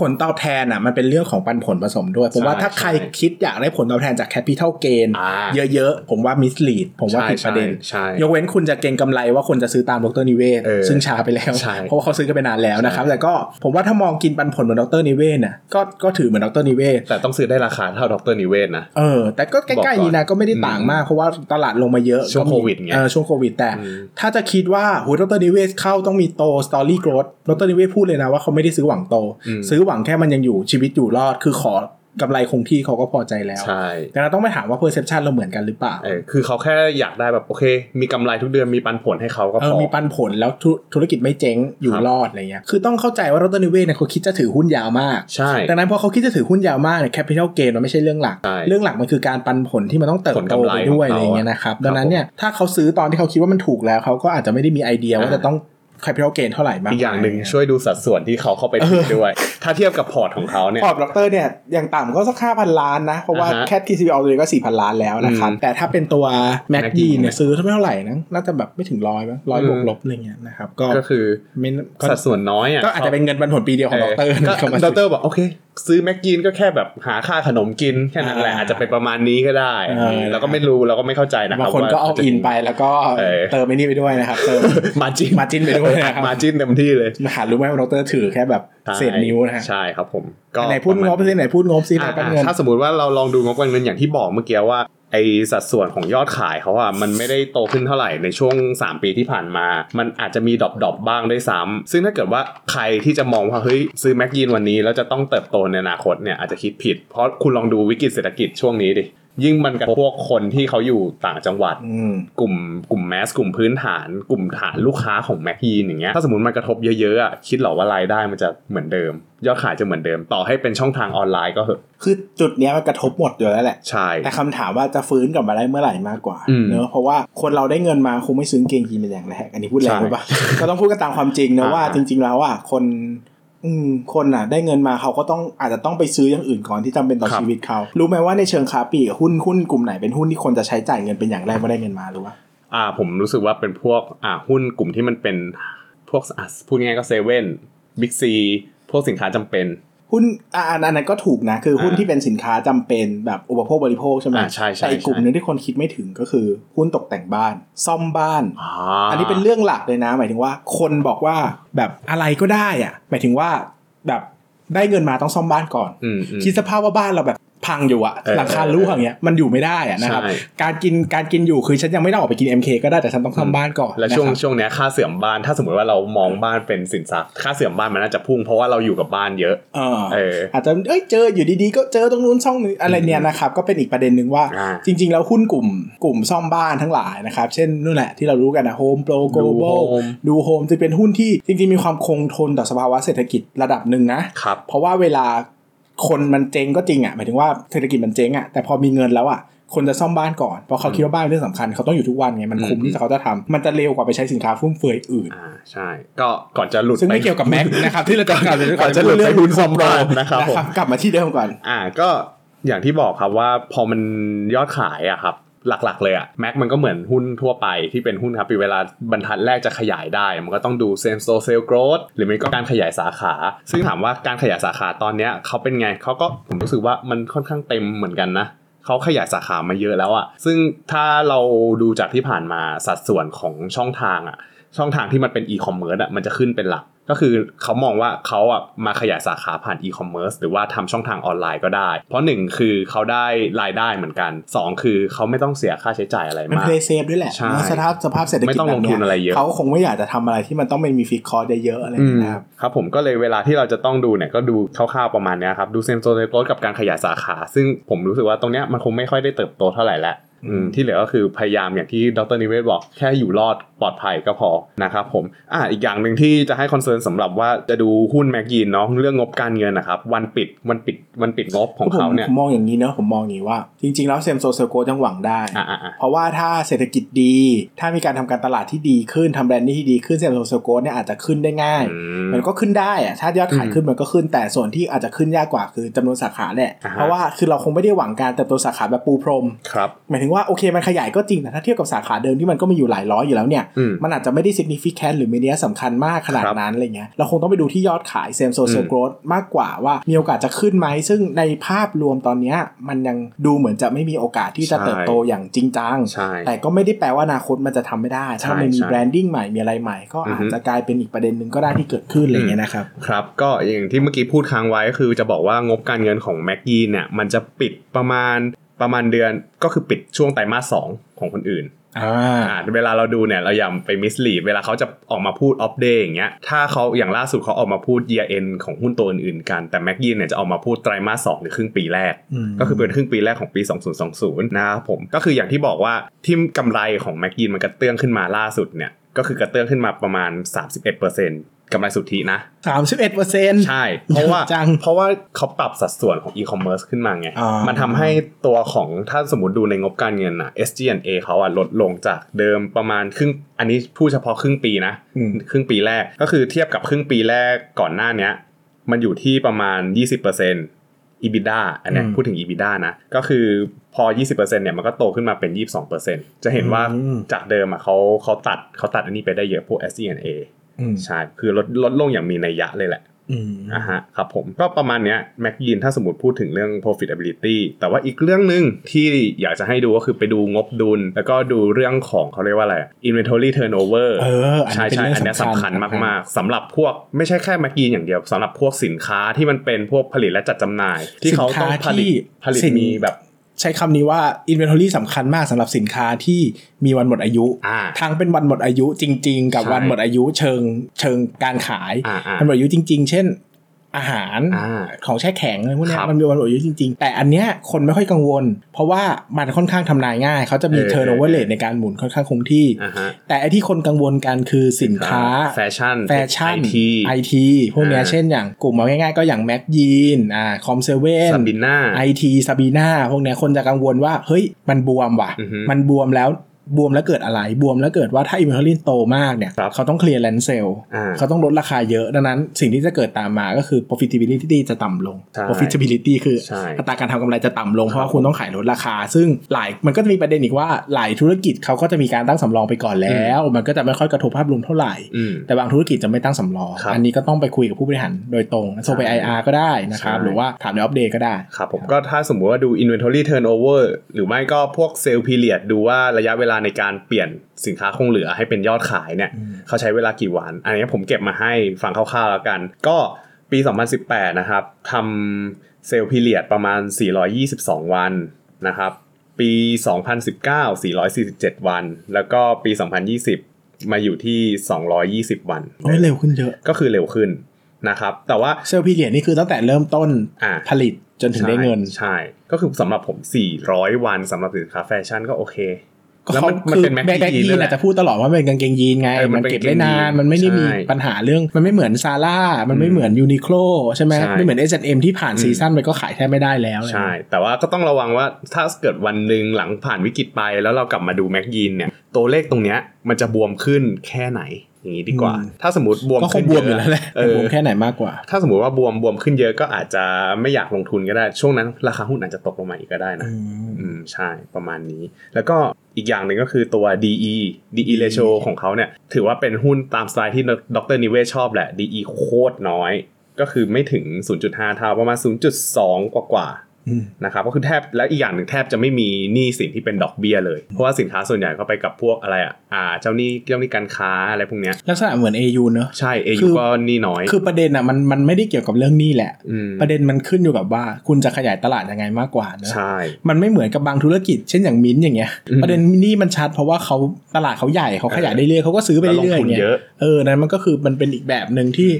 S1: ผลตอบแทนอ่ะมันเป็นเรื่องของปันผลผสมด้วย ผมว่า
S2: ใช่
S1: ถ้าใคร
S2: ใช่
S1: คิดอยากได้ผลตอบแทนจากแคปิ a l ลเกน
S2: อ่า
S1: เยอะๆ ผมว่ามิสลีดผมว่าผิดประเด็น
S2: ใช่
S1: ยกเว้นคุณจะเก็งกำไรว่าคนจะซื้อตามดรนิเวศ
S2: เออ
S1: ซึ่งช้าไปแล้ว
S2: ใช่
S1: เพราะว่าเขาซื้อกันไปนานแล้วนะครับ
S2: ใช่
S1: แต่ก็ผมว่าถ้ามองกินปันผลเหมือนดรนิเวศน่ะก็ก็ถือเหมือนดรนิเวศ
S2: แต่ต้องซื้อได้ราคาเท่าดรนิเวศนะ
S1: เออ แต่ก็ใก
S2: บอกก่
S1: ล้ๆ
S2: อน
S1: นี้นะก็ไม่ได้ต่างมาก เพราะว่าตลาดลงมาเยอะ
S2: ช่วง
S1: ก็มี
S2: โควิดไง
S1: เออช่วงโควิดแต่
S2: อืม
S1: ถ้าจะคิดว่าหูดรนิเวศเข้าต้องมีโตสตอรี่ growth ดรนิเวศพูดเลยนะว่าเขาไม่ได้ซื้อหวังโต
S2: อืม
S1: ซื้อหวังแค่มันยังอยู่ชีวิตอยู่รอด คือขอกำไรคงที่เขาก็พอใจแล้ว
S2: ใช่
S1: แต่เราต้องไปถามว่า perception เราเหมือนกันหรือเปล่า
S2: เออคือเขาแค่อยากได้แบบโอเค มีกำไรทุกเดือนมีปันผลให้เขาก็
S1: เอ
S2: พ
S1: อ
S2: อ
S1: มีปันผลแล้วธุธุรกิจไม่เจ๊งอยู่
S2: ครับ
S1: รอดอะไรเงี้ยคือต้องเข้าใจว่าดรนิเวศเนี่ยเขาคิดจะถือหุ้นยาวมาก
S2: ใช่
S1: ดังนั้นพอเขาคิดจะถือหุ้นยาวมากเนี่ย capital gain มันไม่ใช่เรื่องหลัก
S2: ใช่
S1: เรื่องหลักมันคือการปันผลที่มันต้องเติบ
S2: ผล
S1: โต
S2: กำไร
S1: ไปด้วย
S2: ของ
S1: อะไรอ
S2: เขา
S1: ย่างเงี้ยนะครับ ดังนั้นเนี่ยถ้าเขาซื้อตอนที่เขาคิดว่ามันถูกแล้วเขาก็อาจจะไม่ได้มีไอเดียว่า
S2: อ่า
S1: จะต้อง capital gain เท่าไหร่มาก
S2: อีกอย่างหนึ่ง
S1: ะไรเ
S2: ช่วยดูสัดส่วนที่เขาเข้าไปถือด้วย ถ้าเทียบกับพอร์ตของเขาเนี่ย
S1: พอร์ตด็อกเตอร์เนี่ยอย่างต่ำก็สักห้าพันล้านนะ เพราะว่า
S2: อ่าฮะ
S1: แค่ TCB เอาตัวเองก็สี่พันล้านแล้วนะครับ
S2: อืม
S1: แต่ถ้าเป็นตัว Mac
S2: Mac
S1: ยี
S2: Yi
S1: เนี่ยซื้อเท่าไหร่นะน่าจะแบบไม่ถึงร้อยมั้งร้อย
S2: อืม
S1: บวกลบอะไรเงี้ยนะครับก็
S2: ก็คือ
S1: ไม่ก็
S2: สัดส่วนน้อยอ่ะ
S1: ก็อาจจะเป็นเงินปันผลปีเดียวของด็อกเตอร์
S2: ก็
S1: เข้ามา
S2: ด
S1: ซื้อ
S2: รบอกโอเค ซื้อแม็กกินก็แค่แบบหาค่าขนมกินแค่นั้นแหละ
S1: อ่า
S2: อาจจะเป็นประมาณนี้ก็ได้
S1: เออ
S2: เราก็ไม่รู้เราก็ไม่เข้าใจนะ
S1: บา
S2: รับ
S1: งคนก็
S2: ว่
S1: เอา
S2: จะ
S1: อินไปแล้วก็
S2: เออ
S1: เติมไอ้นี่ไปด้วยนะครับเติม
S2: มาจิ้น
S1: margin ไปด้วยนะครับ
S2: มาจิ้นเต็มที่เลย
S1: มหารู้ไหมว่าดรถือแค่แบบเศษนิ้วนะฮะ
S2: ใช่ครับผมก็
S1: ไหนพูดงบ
S2: ประมาณ
S1: สิไหนพูดงบสิไหน
S2: อ่ะ
S1: ปันเงิน
S2: ถ้าสมมติว่าเราลองดูงบการเงินอย่างที่บอกเมื่อกี้ว่าไอสัดส่วนของยอดขายเขาอะมันไม่ได้โตขึ้นเท่าไหร่ในช่วง 3 ปีที่ผ่านมา มันอาจจะมีดรอปดอปบ้างด้วยซ้ำซึ่งถ้าเกิดว่าใครที่จะมองว่าเฮ้ยซื้อแม็กยีนวันนี้แล้วจะต้องเติบโตในอนาคตเนี่ยอาจจะคิดผิด เพราะคุณลองดูวิกฤตเศรษฐกิจช่วงนี้ดิยิ่งมันกับพวกคนที่เขาอยู่ต่างจังหวัด
S1: อืม
S2: กลุ่มกลุ่มแมสกลุ่มพื้นฐานกลุ่มฐานลูกค้าของแม็กยีนอย่างเงี้ยถ้าสมมติมันกระทบเยอะๆอะคิดเหรอว่ารายได้มันจะเหมือนเดิม ยอดขายจะเหมือนเดิม ต่อให้เป็นช่องทางออนไลน์ก็เหอะ
S1: คือจุดเนี้ยมันกระทบหมดอยู่แล้วแหละ
S2: ใช่
S1: แต่คำถามว่าจะฟื้นกลับมาได้เมื่อไหร่มากกว่า
S2: อืม
S1: เนอะเพราะว่าคนเราได้เงินมาคงไม่ซื้อกางเกงยีนเป็นอย่าง แรกอันนี้พูดแรง
S2: ใช่
S1: ไปปะ ก็ต้องพูดกันตามความจริงนะ
S2: อ่า
S1: ว่า จริง ๆแล้วอ่ะคน อืมคนอ่ะ ได้เงินมาเขาก็ต้องอาจจะต้องไปซื้ออย่างอื่นก่อนที่จำเป็นต่อ
S2: ครับ
S1: ชีวิตเขารู้ไหมว่าในเชิงค้าปลีกหุ้นหุ้นกลุ่มไหนเป็นหุ้นที่คนจะใช้จ่ายเงินเป็นอย่างแรกเมื่อได้เงินมาหรือว่า
S2: อ่าผมรู้สึกว่าเป็นพวกอ่าหุ้นกลุ่มที่มันเป็นพวกอ่ะพูดง่ายๆก็เซเว่นบิ๊กซีพวกสินค้าจำเป็น
S1: หุ้นอ่าอันอันนั้นก็ถูกนะ คือหุ้น
S2: อ่า
S1: ที่เป็นสินค้าจำเป็นแบบอุปโภคบริโภคใช่ไหม
S2: อ่าใช่ใช่
S1: แต่อีกกลุ่ม
S2: ใช่
S1: หนึงที่คนคิดไม่ถึงก็คือหุ้นตกแต่งบ้าน ซ่อมบ้าน
S2: อ่า
S1: อันนี้เป็นเรื่องหลักเลยนะ หมายถึงว่าคนบอกว่าแบบอะไรก็ได้อะหมายถึงว่าแบบได้เงินมาต้องซ่อมบ้านก่อน
S2: อืมอืม
S1: คิดสภาพว่าบ้านเราแบบ พังอยู่อะ
S2: เออ
S1: หลังคาลูกอย่างเงี้ยมันอยู่ไม่ได้อะนะครับ
S2: ใช่
S1: การกินการกินอยู่คือฉันยังไม่ได้ออกไปกิน MK ก็ได้แต่ฉันต้องทำบ้านก่อน
S2: และช่วง
S1: นะครับ
S2: ช่วงเนี้ยค่าเสื่อมบ้านถ้าสมมติว่าเรามองบ้านเป็นสินทรัพย์ค่าเสื่อมบ้านมันน่าจะพุ่งเพราะว่าเราอยู่กับบ้านเยอะ
S1: เออ
S2: เออ
S1: อาจจะเอ้ยเจออยู่ดีๆ ก็เจอตรงนู้นช่องนี้อะไรเนี่ยนะครับ ก็เป็นอีกประเด็นหนึ่งว่า
S2: อ่า
S1: จริง ๆ แล้วหุ้นกลุ่มกลุ่มซ่อมบ้านทั้งหลายนะครับ เช่นนู่นแหละที่เรารู้กันนะโฮมโปรโกลบอล
S2: Home
S1: ดูโฮมจะเป็นหุ้นที่จริง ๆ มีความคงทนต่อสภาวะเศรษฐกิจระดับหนึ่งนะ
S2: ครับ
S1: เพราะว่าเวลาคนมันเจ๊งก็จริงอ่ะหมายถึงว่าเศรษฐกิจมันเจ๊งอ่ะแต่พอมีเงินแล้วอ่ะคนจะซ่อมบ้านก่อนเพราะเขาคิดว่าบ้านเป็นเรื่องสำคัญเขาต้องอยู่ทุกวันไงมันคุ้ม
S2: อืม
S1: ที่เขาจะทำมันจะเร็วกว่าไปใช้สินค้าฟุ่มเฟือยอื่น
S2: อ่าใช่ ก็ก่อนจะหลุด
S1: ซึ่งไม่
S2: ป
S1: เกี่ยวกับแม็กนะครับที่เราจะกล่าวถึง
S2: ก่อนจะหลุดไปหุ้นซ่อมบ้าน
S1: นะ
S2: นะ
S1: ค
S2: ครับผม
S1: รับกลับมาที่เดิมก่อน
S2: อ่าก็อย่างที่บอกครับว่าพอมันยอดขายอะครับ หลักๆเลยอะแม็กมันก็เหมือนหุ้นทั่วไปที่เป็นหุ้นครับเวลาบรรทัดแรกจะขยายได้ มันก็ต้องดูเซมโซเซลโกรดหรือไม่ก็การขยายสาขา ซึ่งถามว่าการขยายสาขาตอนเนี้ยเขาเป็นไงเขาก็ผมรู้สึกว่ามันค่อนข้างเต็มเหมือนกันนะ เขาขยายสาขามาเยอะแล้วอะซึ่งถ้าเราดูจากที่ผ่านมาสัดส่วนของช่องทางอะช่องทางที่มันเป็นอีคอมเมิร์ซอะมันจะขึ้นเป็นหลัก ก็คือเขามองว่าเขาอะมาขยายสาขาผ่านอีคอมเมิร์ซหรือว่าทำช่องทางออนไลน์ก็ได้ เพราะหนึ่งคือเขาได้รายได้เหมือนกันสองคือเขาไม่ต้องเสียค่าใช้จ่ายอะไร
S1: มัน
S2: มาก
S1: เพลย์เซฟด้วยแหละ
S2: ใช่
S1: เนอะสภาพสภาพเศรษฐกิจ
S2: ไม่ต้องลง
S1: แบบ
S2: ทุ
S1: เนี้
S2: นอะไรเยอะ
S1: เขาคงไม่อยากจะทำอะไรที่มันต้องเป็นมีฟิกคอร์เยอะๆอะไรอย่างเงี้ยนะครับ
S2: ครับผมก็เลยเวลาที่เราจะต้องดูเนี่ยก็ดูคร่าวๆประมาณเนี้ยครับ ดูเซนโซเลโกกับการขยายสาขา ซึ่งผมรู้สึกว่าตรงเนี้ยมันคงไม่ค่อยได้เติบโตเท่าไหร่แล้วอืมที่เหลือก็คือพยายามอย่างที่ดรนิเวศน์บอกแค่อยู่รอดปลอดภัยก็พอนะครับผมอ่าอีกอย่างหนึ่งที่จะให้คอนเซิร์นสำหรับว่าจะดูหุ้นแม็กยีนเนาะเรื่องงบการเงินนะครับ วันปิดวันปิดวันปิดงบของเขาเนี่ย
S1: ผมมองอย่างนี้เนอะผมมองอย่างนี้ว่า จริง ๆ แล้วเซมโซเซโกยังหวังได้
S2: อ่าอ่าอ่า
S1: เพราะว่าถ้าเศรษฐกิจดี ถ้ามีการทำการตลาดที่ดีขึ้นทำแบรนด์ที่ดีขึ้นเซมโซเซโกเนี่ยอาจจะขึ้นได้ง่าย มันก็ขึ้นได้อะถ้ายอดขาย
S2: อืม
S1: ขึ้นมันก็ขึ้น แต่ส่วนที่อาจจะขึ้นยากกว่าคือจำนวนสาขาแหละ
S2: อ่าฮะ
S1: เพราะว่าคือเราคงไม่ได้หวังการเติบโตสาขาแบบปูพรม
S2: ครับ
S1: หมายถึงว่าโอเคมันขยายก็จริงแต่ถ้าเทียบกับสาขาเดิมที่มันก็มีอยู่หลายร้อยอยู่แล้วเนี่ย
S2: อืม
S1: มันอาจจะไม่ได้ significant หรือมีนัยสำคัญมากขนาด
S2: ครับ
S1: นั้นอะไรเงี้ยเราคงต้องไปดูที่ยอดขาย same store sales
S2: อืม
S1: growth มากกว่าว่ามีโอกาสจะขึ้นไหม ซึ่งในภาพรวมตอนเนี้ยมันยังดูเหมือนจะไม่มีโอกาสที่จะ
S2: ใช่
S1: เติบโตอย่างจริงจัง
S2: ใช่
S1: แต่ก็ไม่ได้แปลว่าอนาคตมันจะทำไม่ได้ ถ้า
S2: ใช่
S1: มันมี
S2: ใช่
S1: แบรนดิ้งใหม่มีอะไรใหม่ ก็อาจ
S2: อือฮึ
S1: จะกลายเป็นอีกประเด็นหนึ่งก็ได้ที่เกิดขึ้นอะไรเงี้ยนะครับ
S2: ครับก็อย่างที่เมื่อกี้พูดค้างไว้ก็คือจะบอกว่างบการเงินของแม็กยีเนี่ยมันจะปิดประมาณประมาณเดือนก็คือปิดช่วงไตรมาสสองของคนอื่น
S1: อ่า
S2: อ่าเวลาเราดูเนี่ยเราอย่าไปมิสลีดเวลาเขาจะออกมาพูดออฟเดย์อย่างเงี้ยถ้าเขาอย่างล่าสุดเขาออกมาพูด year end ของหุ้นตัวอื่นๆกันแต่แม็กยีเนี่ยจะออกมาพูดไตรมาสสองหรือครึ่งปีแรก
S1: อืม
S2: ก็คือเป็นครึ่งปีแรกของปี 2020 นะครับผมก็คืออย่างที่บอกว่าที่กำไรของแม็กยีนมันกระเตื้องขึ้นมาล่าสุดเนี่ยก็คือกระเตื้องขึ้นมาประมาณ 31%กำไรสุทธินะ
S1: สามสิบเอ็ดเปอร์เซ็นต์
S2: ใช่ เพราะว่า
S1: จัง
S2: เพราะว่าเขาปรับสัดส่วนของอีคอมเมิร์ซขึ้นมาไง
S1: อ่ามั
S2: มันทำให้ตัวของถ้าสมมติดูในงบการเงินอะ SG&A เขาอะลดลงจากเดิมประมาณครึ่ง อันนี้พูดเฉพาะครึ่งปีนะ ครึ่งปีแรก ก็คือเทียบกับครึ่งปีแรกก่อนหน้าเนี้ย มันอยู่ที่ประมาณ 20% EBITDA อันเนี้ย
S1: อืม
S2: พูดถึง EBITDA นะ ก็คือพอ 20%เนี่ยมันก็โตขึ้นมาเป็น 22%จะเห็นว่า
S1: อืม
S2: จากเดิมอะเขาเขาตัดเขาตัดอันนี้ไปได้เยอะพวก SG&A ใช่ คือลดลดลงอย่างมีนัยยะเลยแหละ อ่าฮะครับผมก็ประมาณเนี้ยแม็กยินถ้าสมมติพูดถึงเรื่อง profitability แต่ว่าอีกเรื่องหนึ่งที่อยากจะให้ดูก็คือไปดูงบดุล แล้วก็ดูเรื่องของเขาเรียกว่าอะไรอะ inventory turnover
S1: เอออันนี้
S2: ใช่
S1: เป็นเรื่อง
S2: ใช่อันเนี้ย
S1: สำ
S2: สำ
S1: คั
S2: คั
S1: ญ
S2: ญ
S1: นะครับ
S2: มากๆสำหรับพวกไม่ใช่แค่แม็กยินอย่างเดียวสำหรับพวกสินค้าที่มันเป็นพวกผลิตและจัดจำหน่าย ที่เขาต้องผลิตผลิตมีแบบ
S1: ใช้คำนี้ว่า inventory สำคัญมากสำหรับสินค้าที่มีวันหมดอายุ
S2: อ่า
S1: ทั้งเป็นวันหมดอายุจริง ๆ กับ
S2: ใช่
S1: วันหมดอายุเชิงเชิงการขาย
S2: อ่าอ่า
S1: วันหมดอายุจริง ๆ เช่น อาหาร
S2: อ่า
S1: ของแช่แข็งอะไรพวกเนี้ย
S2: ครับ
S1: มันมีวันหมดอายุจริง ๆ แต่อันเนี้ยคนไม่ค่อยกังวล เพราะว่ามันค่อนข้างทำนายง่าย เขาจะมี
S2: เออ
S1: turnover rate ในการหมุนค่อนข้างคงที่
S2: อ่าฮะ
S1: แต่ไอที่คนกังวลกันคือสินค้า
S2: แฟชั่น
S1: แฟชั่น
S2: ไอที
S1: IT พวกเนี้ย
S2: อ่า
S1: เช่นอย่างกลุ่มเอาง่ายๆก็อย่างแม็กยีนอ่าคอมเซเว่น
S2: ซาบิน่า
S1: ไอทีซาบีนาพวกเนี้ยคนจะกังวลว่า เฮ้ย มันบวมว่ะ
S2: อือฮึ
S1: มันบวมแล้วบวมแล้วเกิดอะไร บวมแล้วเกิดว่าถ้าอิมเมอรินโตมากเนี่ย
S2: ครับ
S1: เขาต้องเคลียร์แลนเซล
S2: อ่า
S1: เขาต้องลดราคาเยอะ ดังนั้นสิ่งที่จะเกิดตามมาก็คือ profitability จะต่ำลง
S2: ใช่
S1: profitability คือ
S2: ใช่
S1: อัตราการทำกำไรจะต่ำลง เพราะว่า
S2: ครับ
S1: คุณต้องขายลดราคา ซึ่งหลายมันก็จะมีประเด็นอีกว่าหลายธุรกิจเขาก็จะมีการตั้งสำรองไปก่อนแล้ว มันก็จะไม่ค่อยกระทบภาพรวมเท่าไหร่
S2: อืม
S1: แต่บางธุรกิจจะไม่ตั้งสำรอง
S2: ครับ
S1: อันนี้ก็ต้องไปคุยกับผู้บริหารโดยตรงโทรไป
S2: ใช่
S1: IR ก็ได้นะครับ
S2: ใช่
S1: หรือว่าถามในอัปเดตก็ได้
S2: ครับผมก็ถ้าสมมุติว่าดู inventory turnover หรือไม่ก็พวก sale period ดูว่าระยะเวลาในการเปลี่ยนสินค้าคงเหลือให้เป็นยอดขายเนี่ย
S1: อืม
S2: เขาใช้เวลากี่วัน อันนี้ผมเก็บมาให้ฟังคร่าวๆแล้วกัน ก็ปี 2018 นะครับทำ เซลล์พีเรียดประมาณ 422 วันนะครับ ปี 2019 447 วัน แล้วก็ปี 2020 มาอยู่ที่ 220 วัน
S1: โอ้ยเร็วขึ้นเยอะ
S2: ก็คือเร็วขึ้นนะครับ แต่ว่า
S1: เซลล์พีเรียดนี่คือตั้งแต่เริ่มต้น
S2: อ่า
S1: ผลิตจนถึงได้เงิน
S2: ใช่ใช่ ก็คือสำหรับผม 400 วันสำหรับสินค้าแฟชั่นก็โอเค
S1: ก็
S2: แล้วมัน
S1: เขา
S2: มันเป็น
S1: คือ
S2: Mac
S1: แบ็คแบ็ค
S2: Jean
S1: ยี
S2: ด้วย
S1: น
S2: แหละ
S1: แต่พูดตลอดว่ามันเป็นกางเกงยีนไง
S2: เออ
S1: มั
S2: มั
S1: น น
S2: เป็น
S1: เก็บได้นาน
S2: กางเกงยีน
S1: มันไม่ได้มี
S2: ใช่
S1: ปัญหาเรื่องมันไม่เหมือนซาร่ามันไม่เหมือนยูนิโคลใช่ไหม
S2: ใช่
S1: ไม่เหมือน H&M ที่ผ่านซีซั่นไปก็ขายแทบไม่ได้แล้วอะไร
S2: ใช่ แต่ว่าก็ต้องระวังว่าถ้าเกิดวันหนึ่งหลังผ่านวิกฤตไปแล้วเรากลับมาดูแม็กยีนเนี่ย ตัวเลขตรงเนี้ยมันจะบวมขึ้นแค่ไหน อย่างนี้ดีกว่า ถ้าสมมติบวม
S1: ก็ค
S2: ขึ้
S1: งบ
S2: นเยว
S1: ม
S2: อะ
S1: อยู่แล้วแหละ
S2: เออ
S1: บวมแค่ไหนมากกว่า
S2: ถ้าสมมติว่าบวมบวมขึ้นเยอะก็อาจจะไม่อยากลงทุนก็ได้ ช่วงนั้นราคาหุ้นอาจจะตกลงมาอีกก็ได้นะ อืมใช่ประมาณนี้ แล้วก็อีกอย่างหนึ่งก็คือตัว DE DE ratio ของเขาเนี่ย ถือว่าเป็นหุ้นตามสไตล์ที่ดรนิเวศชอบแหละ DE โคตรน้อย ก็คือไม่ถึง 0.5 เท่าประมาณ 0.2 กว่ากว่าๆ
S1: อืม
S2: นะครับก็คือแทบแล้วอีกอย่างหนึ่งแทบจะไม่มีหนี้สินที่เป็นดอกเบี้ยเลย เพราะว่าสินค้าส่วนใหญ่ก็ไปกับพวกอะไรอ่ะอ่าเจ้าหนี้เจ้าหนี้การค้าอะไรพวกเนี้ย
S1: ลักษณะเหมือน AU เนอะ
S2: ใช่ AU
S1: คือ
S2: ก็หนี้น้อย
S1: คือประเด็นอ่ะมันมันไม่ได้เกี่ยวกับเรื่องหนี้แหละ
S2: ม
S1: ประเด็นมันขึ้นอยู่กับว่าคุณจะขยายตลาดยังไงมากกว่าเนอะ
S2: ใช่
S1: มันไม่เหมือนกับบางธุรกิจเช่นอย่างมิ้นท์อย่างเงี้ย
S2: อืม
S1: ประเด็นหนี้มันชัดเพราะว่าเขาตลาดเขาใหญ่เขาขยายได้เรื่อยเขาก็ซื้อไป
S2: แล้วลง
S1: เรื่อย
S2: ทุน
S1: เงี้
S2: เย
S1: ย
S2: อะ
S1: เออนั้นมันก็คือมันเป็นอีกแบบหนึ่งที่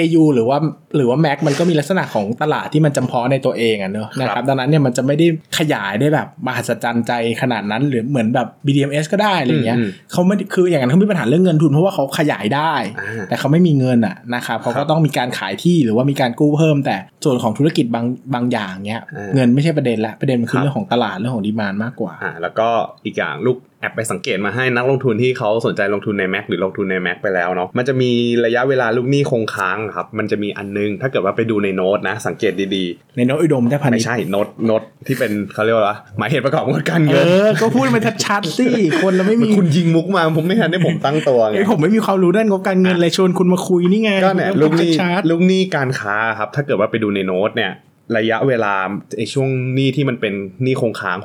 S1: AU หรือว่าหรือว่า Mac มันก็มีลักษณะของตลาดที่มันจำเพาะในตัวเองอะเนอะนะค
S2: ครั
S1: รับบ ดังนั้นเนี่ยมันจะไม่ได้ขยายได้แบบมหัศจรรย์ใจขนาดนั้น หรือเหมือนแบบ BDMs ก็ได้อะไรเงี้ย
S2: ม
S1: เขาไม่คืออย่างนั้นเขามีปัญหาเรื่องเงินทุนเพราะว่าเขาขยายได้
S2: อ่า
S1: แต่เขาไม่มีเงินอ่ะนะครับเขา
S2: ครั
S1: ก็
S2: บ
S1: ต้องมีการขายที่หรือว่ามีการกู้เพิ่ม แต่ส่วนของธุรกิจบางบางอย่างเนี้ย
S2: อ่า
S1: เงินไม่ใช่ประเด็นละประเด็นมันคือ
S2: ครับ
S1: เรื่องของตลาดเรื่องของดีมานมากกว่า
S2: อ่าแล้วก็อีกอย่างลูกแอบไปสังเกตมาให้นักลงทุนที่เขาสนใจลงทุนใน Mac หรือลงทุนใน Mac ไปแล้วเนาะมันจะมีระยะเวลาลูกหนี้คงค้างครับ มันจะมีอันนึง ถ้าเกิดว่าไปดูในโน้ตนะ สังเกตดี
S1: ในโนตอุดมได้พั
S2: ๆ
S1: น
S2: ไม่ใช่โน้ตโน้ตที่เป็นเขาเรียกว่าอะไรวะหมายเหตุประกอบงดการ
S1: เอ
S2: เงิน
S1: อ ก็พูดมันชัดๆสิ คนเราไม่มี
S2: คุณยิงมุกมาผมไม่ทันได้ผมตั้งตัวไง
S1: ไอ้ยผมไม่มีความรู้ด้านงบการเงินเลยชวนคุณมาคุยนี่ไง
S2: ก็เนี่ย
S1: คุณ
S2: ลู
S1: ต้
S2: ก
S1: องพู
S2: ห
S1: ด
S2: นี้
S1: ชัด
S2: ลูกหนี้การค้าครับถ้าเกิดว่าไปดูในโน้ตเนี่ยระยะเวลาไอ้ช่วงหนี้ที่มันเป็นหนี้คงค้าง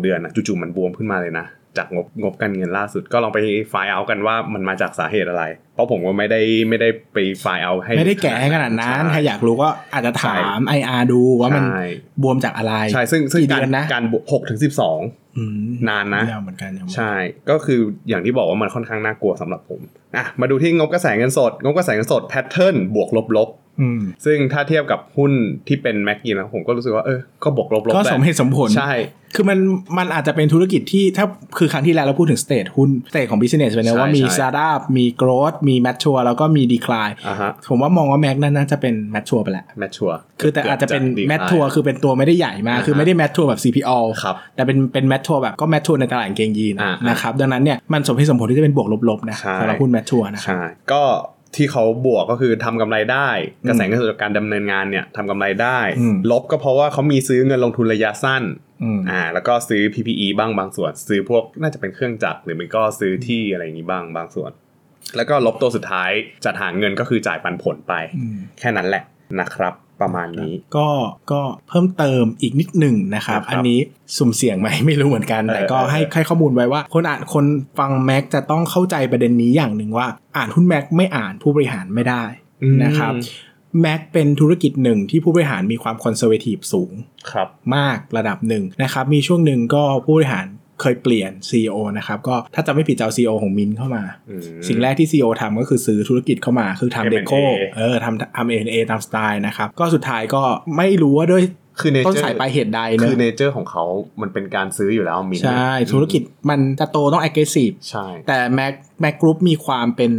S2: 6-12 เดือนนะจู่ๆมันบวมขึ้นมาเลยนะ จากงบงบการเงินล่าสุดก็ลองไปไฟล์เอากันว่ามันมาจากสาเหตุอะไร เพราะผมก็ไม่ได้ไม่ได้ไปไฟล์เอาให้
S1: ๆไม่ได้แก่ให้ขนาดนั้นใคร
S2: ใช่
S1: อยากรู้ก็อาจจะถาม IR ดูว่ามัน
S2: ใช่
S1: บวมจากอะไร
S2: ใช่ซึ่งซึ่ง
S1: กี่
S2: การ
S1: เดือนนะ
S2: การหกถึงสิบสอง
S1: อืม
S2: นานนะ
S1: ยาวเหมือนกันยาวเหมือนกัน
S2: ใช่ ก็คืออย่างที่บอกว่ามันค่อนข้างน่ากลัวสำหรับผมอ่ะมาดูที่งบกระแสเงินสด งบกระแสเงินสดแพทเทิร์นบวกลบลบ
S1: อืม
S2: ซึ่งถ้าเทียบกับหุ้นที่เป็นแม็กกี้นะผมก็รู้สึกว่าเออก็บวกลบลบ
S1: ก็สมเหตุสมผล
S2: ใช่
S1: คือมันมันอาจจะเป็นธุรกิจที่ถ้าคือครั้งที่แล้วเราพูดถึงสเตทหุ้นสเตทของบิสเนสไปนะ
S2: ใช่
S1: ว่ามี
S2: ใช่
S1: ซาร่ามีโกรดมีแมทชัวแล้วก็มีดีคลาย
S2: อ่ะฮะ
S1: ผมว่ามองว่าแม็กนั่นน่าจะเป็นแมทชัวไปแหละ
S2: แมทชัว
S1: คือแต่อาจจะเป็น
S2: เกือบจะ
S1: แมทชัว
S2: decline
S1: คือเป็นตัวไม่ได้ใหญ่มาก
S2: อ่าฮะ
S1: คือไม่ได้แมทชัวแบบ CPO
S2: ครับ
S1: แต่เป็นเป็นแมทชัวแบบก็แมทชัวในตลาดกางเกงยีน
S2: อ่า
S1: นะครับ ดังนั้นเนี่ยมันสมเหตุสมผลที่จะเป็นบวกลบๆนะ
S2: ใช่
S1: สำหรับหุ้นแมทชัวนะครับ
S2: ใช่ ก็ที่เขาบวกก็คือทำกำไรได้
S1: อืม
S2: กระแสเงินสดจากการดำเนินงานเนี่ยทำกำไรได้
S1: อืม
S2: ลบก็เพราะว่าเขามีซื้อเงินลงทุนระยะสั้น
S1: อืม
S2: อ่าแล้วก็ซื้อ PPE บ้างบางส่วน ซื้อพวกน่าจะเป็นเครื่องจักรหรือไมันก็ซื้อที่อะไรอย่างนี้บ้างบางส่วน แล้วก็ลบตัวสุดท้ายจัดหาเงินก็คือจ่ายปันผลไป
S1: อืม
S2: แค่นั้นแหละนะครับ ประมาณนี้
S1: ก็ก็เพิ่มเติมอีกนิดหนึ่งนะครับ
S2: นะครับ
S1: อันนี้สุ่มเสี่ยงไหม ไม่รู้เหมือนกัน
S2: เออ
S1: แต่ก็
S2: เออ
S1: ให้
S2: เออ
S1: ให้ข้อมูลไว้ว่า คนอ่านคนฟังแม็กจะต้องเข้าใจประเด็นนี้อย่างหนึ่งว่า อ่านหุ้นแม็กไม่อ่านผู้บริหารไม่ได้นะครับแม็กเป็นธุรกิจหนึ่งที่ผู้บริหารมีความคอนเซอร์เวทีฟสูง
S2: ครับ
S1: มากระดับหนึ่งนะครับ มีช่วงหนึ่งก็ผู้บริหารเคยเปลี่ยน CEO นะครับ ก็ถ้าจำไม่ผิดจะเอา CEO ของมินท์เข้ามา
S2: อืม
S1: สิ่งแรกที่ CEO ทำก็คือซื้อธุรกิจเข้ามาคือทำ
S2: M&A
S1: เดโคเออทำทำเอ็นเอตามสไตล์นะครับ ก็สุดท้ายก็ไม่รู้ว่าด้วย
S2: คือเนเจอร์
S1: ต้นสายปลายเหตุใดเน
S2: คือเน
S1: อะ
S2: เจอร์ของเขามันเป็นการซื้ออยู่แล้วมิน
S1: ใช่ธุรกิจมันจะโตต้อง aggressive
S2: ใช่
S1: แต่แม็กแม็กกรุ๊ปมีความเป็น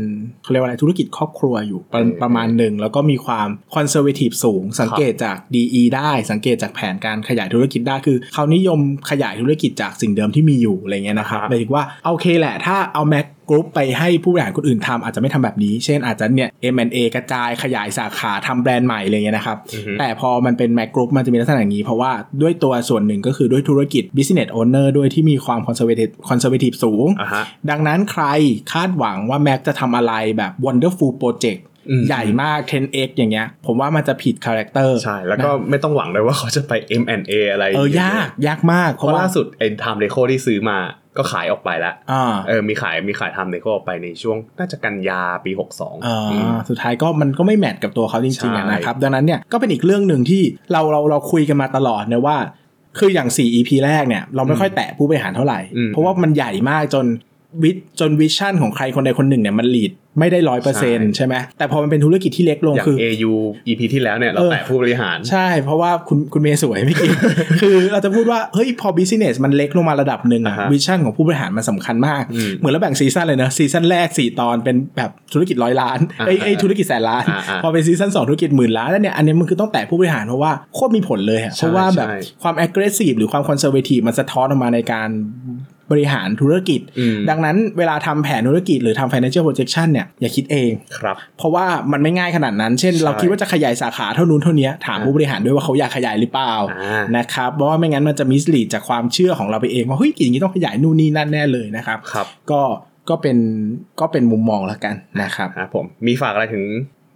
S1: เขาเรียกว่าอะไรธุรกิจครอบครัวอยู่ประประมาณหนึ่ง แล้วก็มีความคอนเซอร์เวทีฟสูง สังเกตจาก DE ได้ สังเกตจากแผนการขยายธุรกิจได้คือเขานิยมขยายธุรกิจจากสิ่งเดิมที่มีอยู่อะไรเงี้ยนะครับหมายถึงว่าโอเคแหละ ถ้าเอาแม็กกรุ๊ปไปให้ผู้บริหารคนอื่นทำอาจจะไม่ทำแบบนี้ เช่นอาจจะเนี่ย M&A กระจายขยายสาขาทำแบรนด์ใหม่อะไรเงี้ยนะครับ
S2: อือฮึ
S1: แต่พอมันเป็นแมกกรุ๊ปมันจะมีลักษณะอย่างนี้เพราะว่าด้วยตัวส่วนหนึ่งก็คือด้วยธุรกิจ business owner ด้วยที่มีความ conservative conservative สูง
S2: อ่าฮะ
S1: ดังนั้นใครคาดหวังว่าแม็กจะทำอะไรแบบ wonderful project
S2: อืม
S1: ใหญ่มาก 10x อย่างเงี้ย ผมว่ามันจะผิดคาแรคเตอร์
S2: ใช่ แล้วก็ไม่ต้องหวังเลยว่าเขาจะไป M&A อะไร
S1: เออยากยากมาก
S2: เพ
S1: เพ
S2: ราะ
S1: ราะว่า
S2: ล่าสุดไอ้ไทม์เรโคที่ซื้อมาก็ขายออกไปแล้ว
S1: อ่า
S2: เออ มีขาย มีขายไทม์เรโคออกไปในช่วงน่าจะกันยาปี
S1: อ
S2: 62
S1: ่
S2: อืม
S1: าสุดท้ายก็มันก็ไม่แมทกับตัวเขาจริงๆอะ
S2: ใช่
S1: นะครับ ดังนั้นเนี่ยก็เป็นอีกเรื่องหนึ่งที่เราเราเราคุยกันมาตลอดนะว่า คืออย่าง 4 EP แรกเนี่ยเราไม่ค่อยแตะผู้บริหารเท่าไหร่ เพราะว่ามันใหญ่มากจนวิจนวิชั่นของใครคนใดคนหนึ่งเนี่ยมันลีดไม่ได้ร้อยเปอร์เซ็นต์ใช่ไหมแต่พอมันเป็นธุรกิจที่เล็กลง
S2: อย่าง
S1: คือ
S2: AU EP ที่แล้วเนี่ยเรา
S1: เออ
S2: แตะผู้บริหาร
S1: ใช่ เพราะว่าคุณคุณเมย์สวยไม่อกี่ คือเราจะพูดว่า เฮ้ย พอบิสเนสมันเล็กลงมาระดับหนึ่งอะ
S2: อ่าฮะ
S1: วิชั่นของผู้บริหารมันสำคัญมาก
S2: อืม
S1: เหมือนเราแบ่งซีซั่นเลยนะซีซั่นแรก 4 ตอนเป็นแบบธุรกิจร้อยล้าน
S2: อ่า
S1: เอ้ยเอ้ย
S2: อ่า
S1: ธุรกิจแสนล้าน
S2: อ่าอ่า
S1: พอเป็นซีซั่น2 ธุรกิจหมื่นล้านแล้วเนี่ยอันนี้มันคือต้องแตะผู้บริหารเพราะว่าโคตรมีผลเลยอะ
S2: ใช่
S1: เพราะว่าแบบ
S2: ใช่
S1: ความ aggressive หรือความ conservative มันสะท้อนออกมาในการบริหารธุรกิจ
S2: อืม
S1: ดังนั้นเวลาทำแผนธุรกิจหรือทำ financial projection เนี่ยอย่าคิดเอง
S2: ครับ
S1: เพราะว่ามันไม่ง่ายขนาดนั้น เช่น
S2: ใช่
S1: เราคิดว่าจะขยายสาขาเท่านู้นเท่านี้ ถาม
S2: อ่า
S1: ผู้บริหารด้วยว่าเขาอยากขยายหรือเปล่า
S2: อ่า
S1: นะครับ เพราะว่าไม่งั้นมันจะมิสลีดจากความเชื่อของเราไปเองว่าเฮ้ยอย่างนี้ต้องขยายนู่นนี่นั่นแน่เลยนะครับ
S2: ครับ
S1: ก็ ก็เป็น ก็เป็นมุมมองแล้วกันนะครับ
S2: ครับผม มีฝากอะไรถึง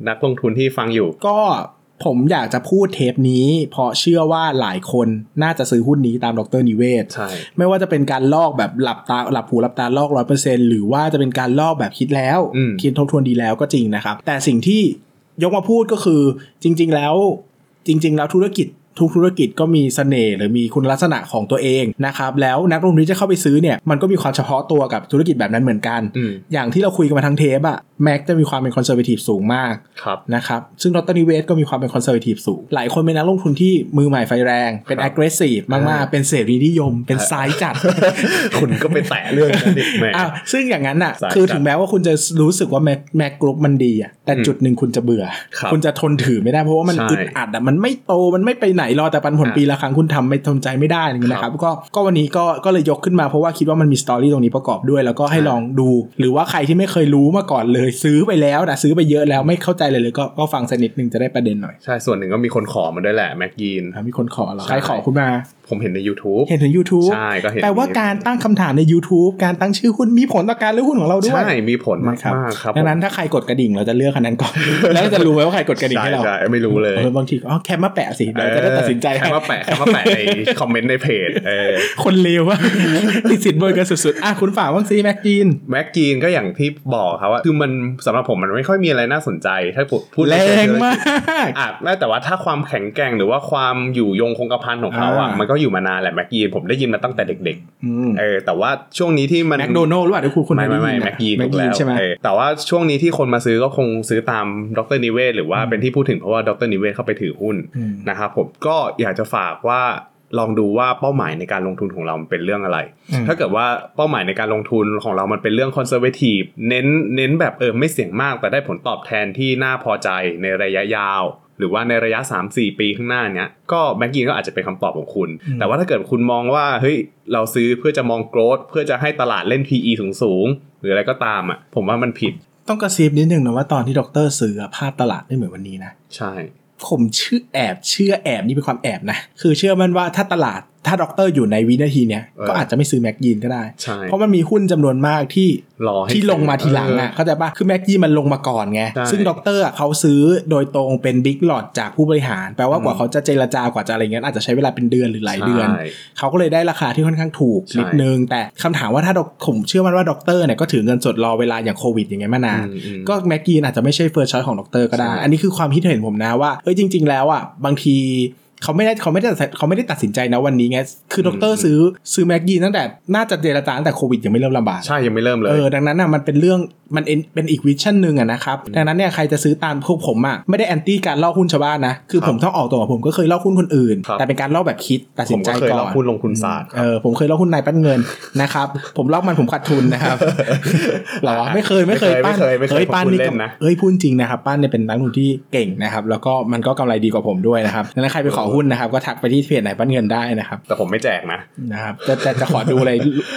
S2: นักลงทุนที่ฟังอยู่
S1: ก็ผมอยากจะพูดเทปนี้ เพราะเชื่อว่าหลายคนน่าจะซื้อหุ้นนี้ตามดรนิเวศ
S2: ใช่
S1: ไม่ว่าจะเป็นการลอกแบบหลับตาหลับหูหลับตาลอกร้อยเปอร์เซ็นหรือว่าจะเป็นการลอกแบบคิดแล้ว
S2: อืม
S1: คิดทบทวนดีแล้วก็จริงนะครับ แต่สิ่งที่ยกมาพูดก็คือจริง ๆ แล้วจริง ๆ แล้วธุรกิจทุกธุรกิจก็มีเสน่ห์หรือมีคุณลักษณะของตัวเองนะครับแล้วนักลงทุนที่จะเข้าไปซื้อเนี่ยมันก็มีความเฉพาะตัวกับธุรกิจแบบนั้นเหมือนกัน
S2: อืม
S1: อย่างที่เราคุยกันมาทั้งเทปอะแม็กจะมีความเป็นคอนเซอร์วทีฟสูงมาก
S2: ครับ
S1: นะครับ ซึ่งดรนิเวศก็มีความเป็นคอนเซอร์ t ทีฟสูง หลายคนเป็นนักลงทุนที่มือใหม่ไฟแรง เป็น
S2: ครับ
S1: aggressive มาก ๆ เป็นเสรีนิยม เป็นซ้ายจัด
S2: คุณก็ไปแตะเรื่องนั้น อีกแหม่
S1: อ่ะซึ่งอย่างนั้นอ่ะ
S2: ซ้ายจัด
S1: คือถึงแม้ว่าคุณจะรู้สึกว่าแม็กแม็กกรุ๊ปมันดีอ่ะ แต่จุดหนึ่งคุณจะเบื่อ
S2: ครับ
S1: คุณจะทนถือไม่ได้เพราะว่ามัน
S2: ใช่
S1: อึดอัดอ่ะ มันไม่โต มันไม่ไปไหนรอแต่ปันผล
S2: อ่ะ
S1: ปีละครั้งคุณทำไม่ทนใจไม่ได้อะไรอย่างเงี้ยนะครับ ก็ ก็วันนี้ก็ ก็เลยยกขึ้นมาเพราะว่าคิดว่ามันมีสตอรี่ตรงนี้ประกอบด้วย แล้วก็ให้
S2: ใช่
S1: ลองดู หรือว่าใครที่ไม่เคยรู้มาก่อนเลย ซื้อไปแล้วนะซื้อไปเยอะแล้วไม่เข้าใจเลยเลยก็ก็ฟังสักนิดนึงจะได้ประเด็นหน่อย
S2: ใช่ ส่วนหนึ่งก็มีคนขอมาด้วยแหละแม็กยีน
S1: อ่ะมีคนขอเหรอ
S2: ใช่
S1: ใครขอคุณมา
S2: ผมเห็นใน YouTube
S1: เห็นถึง YouTube
S2: ใช่ก็เห็น
S1: แปลว่าการตั้งคำถามใน YouTube การตั้งชื่อหุ้นมีผลต่อการเลือกหุ้นของเราด้วย
S2: ใช่ มีผลมาก
S1: นะครับ
S2: มากครับ
S1: ดังนั้นถ้าใครกดกระดิ่งเราจะเลือกคัน นั้นก่อน แล้วเราจะรู้ไหมว่าใครกดกระดิ่ง
S2: ใช่
S1: ให้เรา
S2: ใช่ไม่รู้เลย
S1: เออบางทีก็อ๋อแคปมาแปะสิเดี๋ยวจะได้ตัดสินใจ
S2: แค่มาแปะแค่มาแปะใน คอมเมนต์ในเพจเออ
S1: คนเลวอะ ติดสินบนกันสุดๆอ่ะคุณฝากว่างซีแม็กจีน
S2: แม็กกีนก็อย่างที่บอกครับว่า คือมันสำหรับผมมันไม่ค่อยมีอะไรน่าสนใจ ถ้าพูดพูด
S1: แร
S2: ในเชิ
S1: ง
S2: ธุ
S1: มา
S2: กิจ
S1: ก
S2: อ่ะแม้แต่ว่าถ้าความแข็งแกร่งหรือว่าความอยู่ยงคงกระพันของเขาอ่ะ
S1: อ่ามั
S2: มันก็อยู่มานานแหละแม็กกีนผมได้ยินมาตั้งแต่เด็ก
S1: อืม
S2: ๆเออแต่ว่าช่วงนี้ที่มัน
S1: แม็กโดนัลด์หรือเปล่าที่คุณคุณ
S2: ไม่ไม่ไม่
S1: ด้ยินนะ
S2: แม็กกี
S1: แม็กยี
S2: นถูกแล้ว
S1: ใช่ไหม
S2: เออแต่ว่าช่วงนี้ที่คนมาซื้อก็คงซื้อตามดรนิเวศหรือว่าเป็นที่พูดถึงเพราะว่าดรนิเวศเข้าไปถือหุ้น
S1: ม
S2: นะครับผมก็อยากจะฝากว่าลองดูว่าเป้าหมายในการลงทุนของเรามันเป็นเรื่องอะไร
S1: อืม
S2: ถ้าเกิดว่าเป้าหมายในการลงทุนของเรามันเป็นเรื่องคอนเซอร์เวทีฟเน้นเน้นแบบเออไม่เสี่ยงมาก แต่ได้ผลตอบแทนที่น่าพอใจในระยะยาว หรือว่าในระยะ 3-4 ปีข้างหน้าเนี้ยก็แบงกินก็อาจจะเป็นคำตอบของคุณ
S1: อืม
S2: แต่ว่าถ้าเกิดคุณมองว่าเฮ้ยเราซื้อเพื่อจะมองโกรธเพื่อจะให้ตลาดเล่น PE สูงสูงๆหรืออะไรก็ตามอ่ะผมว่ามันผิด
S1: ต้องกระซิบนิดนึงนะว่าตอนที่ดอกเตอรซื้ออะภาพตลาดไม่เหมือนวันนี้นะ
S2: ใช่
S1: ผมเชื่อแอบเชื่อแอบนี่เป็นความแอบนะ คือเชื่อมันว่าถ้าตลาดถ้าด็อกเตอร์อยู่ในวินาทีเนี้ยก็อาจจะไม่ซื้อแม็กยีนก็ได้
S2: ใช่
S1: เพราะมันมีหุ้นจำนวนมากที่
S2: รอให้
S1: ที่ลงมาทีหลังอ่ะ
S2: เ
S1: เข้าใจปะคือแม็กยีนมันลงมาก่อนไง
S2: ใช่
S1: ซึ่งด็อกเตอร์เขาซื้อโดยตรงเป็นบิ๊กหลอดจากผู้บริหาร แปลว่ากว่าเขาจะเจรจากว่าจะอะไรเงี้ยอาจจะใช้เวลาเป็นเดือนหรือหลายเดือน
S2: ใช่
S1: เขาก็เลยได้ราคาที่ค่อนข้างถูก
S2: ใช่
S1: นิดนึง แต่คำถามว่าถ้าดอกผมเชื่อมันว่าด็อกเตอร์เนี่ยก็ถือเงินสดรอเวลาอย่างโควิดอย่างไงยมานาน
S2: อืมอืม
S1: ก็แม็กกีนอาจจะไม่ใช่เฟิร์สช้อยของด็อกเตอร์ก็ได้
S2: ใช่
S1: อันนี้คือความคิดเห็นผมนะว่าเอ้ยจริง ๆ แล้วอ่ะบางทีเขาไม่ได้เขาไม่ได้เขาไม่ได้ตัดสินใจนะวันนี้ไงคือด็อกเตอร์ซื้อซื้อแม็กกีนตั้งแต่น่าจะเจรจาตั้งแต่โควิดยังไม่เริ่มระบาด
S2: ใช่ยังไม่เริ่มเลย
S1: เออดังนั้นน่ะมันเป็นเรื่องมันเอ็นเป็นอีกวิชั่นหนึ่งอะนะครับดังนั้นเนี่ยใครจะซื้อตามพวกผมอะไม่ได้แอนตี้การลอกหุ้นชาวบ้านนะคือ
S2: ครับ
S1: ผมต้องออกตัวว่าผมก็เคยลอกหุ้นคนอื่น
S2: ครับ
S1: แต่เป็นการลอกแบบคิดตัด
S2: ผ
S1: สิน
S2: ม
S1: ใจ
S2: ก็เคย
S1: ก่
S2: ลอ
S1: อง น
S2: หุ้นลงทุนศาสตร์ครับ
S1: เออผมเคยลอกหุ้นนายปั้นเงิน นะครับผมลอกมันผมขาดทุน นะครับหรอไม่เคยไม่เคย
S2: ไม่
S1: ปั้น
S2: เคยไม่เคย
S1: อ้
S2: ผม
S1: ปั้น
S2: พูด
S1: นี่
S2: เล่
S1: ก็
S2: นนะ
S1: เอ้ยพูดจริงนะครับปั้นเนี่ยเป็นนักลงทุนที่เก่งนะครับแล้วก็มันก็กำไรดีกว่าผมด้วยนะครับดังนั้นใครไปขอหุ้นนะครับก็ทักไปที่เพจนายปั้นเงินได้นะครับ
S2: แต่ผมไม่แจกนะ
S1: นะครับจะจะจะขอดูอะไร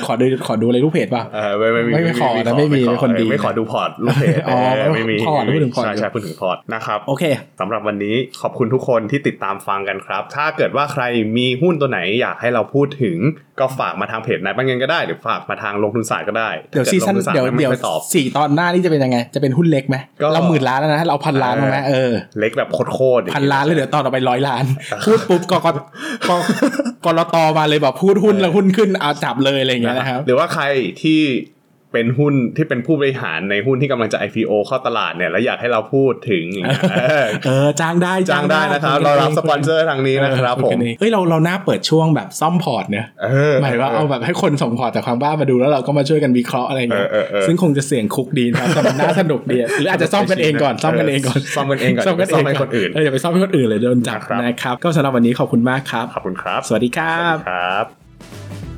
S1: ขอดูขอดูอะไรลูกเพจป่ะ
S2: เออไม่ไม่
S1: ไม่ไม่ขอนะไม่มีเป็นคนดี
S2: ไม่ ขอดูพอร์ตลูกเพจ
S1: อ๋อ
S2: เออไม่มี
S1: พอร์ตพูดถึงพอร์ต
S2: ใช่ใช่พูดถึงพอร์ตนะครับ
S1: โอเค
S2: สำหรับวันนี้ขอบคุณทุกคนที่ติดตามฟังกันครับ ถ้าเกิดว่าใครมีหุ้นตัวไหนอยากให้เราพูดถึง ก็ฝากมาทางเพจนายปังเงินก็ได้ หรือฝากมาทางลงทุนศาสตร์ก็ได้
S1: เดี๋ยวซีซั่น
S2: ถ้ากิ
S1: เดี๋ยว
S2: ลงทุศาสตร์ไม่
S1: เดี๋ยว
S2: ไม่ตอบ
S1: สี่ตอนหน้านี่จะเป็นยังไง จะเป็นหุ้นเล็กไหม
S2: ก็
S1: เราหมื่นล้านแล้วนะเราพันล้าน
S2: เออ
S1: แล้วไหมเออ
S2: เล็กแบบโคตรโคตร
S1: พันล้านเลยเดี๋ยวตอนต่อไปร้อยล้านพูดปุ๊บกกกกรตมาเลยแบบพูดหุ้นแล้วหุ้นขึ้นเอาจับเลยอะไรอย่างเงี้ยนะครับ
S2: หรือว่าใครที่เป็นหุ้นที่เป็นผู้บริหารในหุ้นที่กำลังจะ IPO เข้าตลาดเนี่ยแล้วอยากให้เราพูดถึงอย่าง เงี้ยเออ
S1: เออจ้างได้
S2: จ้างได้นะครับ เรารับสปอนเซอร์ทางนี้นะครับ
S1: เออ
S2: ผ
S1: ยกั
S2: ม
S1: เองเอ้ยเราเราหน้าเปิดช่วงแบบซ่อมพอร์ตเนอะ
S2: เออ
S1: หมายว่าเอาแบบให้คนส่งพอร์ตจากความบ้ามาดูแล้วเราก็มาช่วยกันวิเคราะห์อะไรเงี้ย
S2: เออเออเออ
S1: ซึ่งคงจะเสี่ยงคุกดีนะครับแต่มันน่าสนุกดีอะหรืออาจจะซ่อม กันเองก่อนซ่อมกันเองก่อน
S2: ซ่อมกันเองก่อน
S1: ซ่อมกันเอ
S2: ซ่อม
S1: ง
S2: ให้คนอื่น
S1: เอออย่าไปซ่อมให้คนอื่นเลยโดนจับ
S2: นะครับ
S1: นะครับ ก็สำหรับวันนี้ขอบคุณมากครับ
S2: ขอบคุณครับ
S1: สวัสดีครั
S2: สวัส
S1: บ
S2: ดีครับ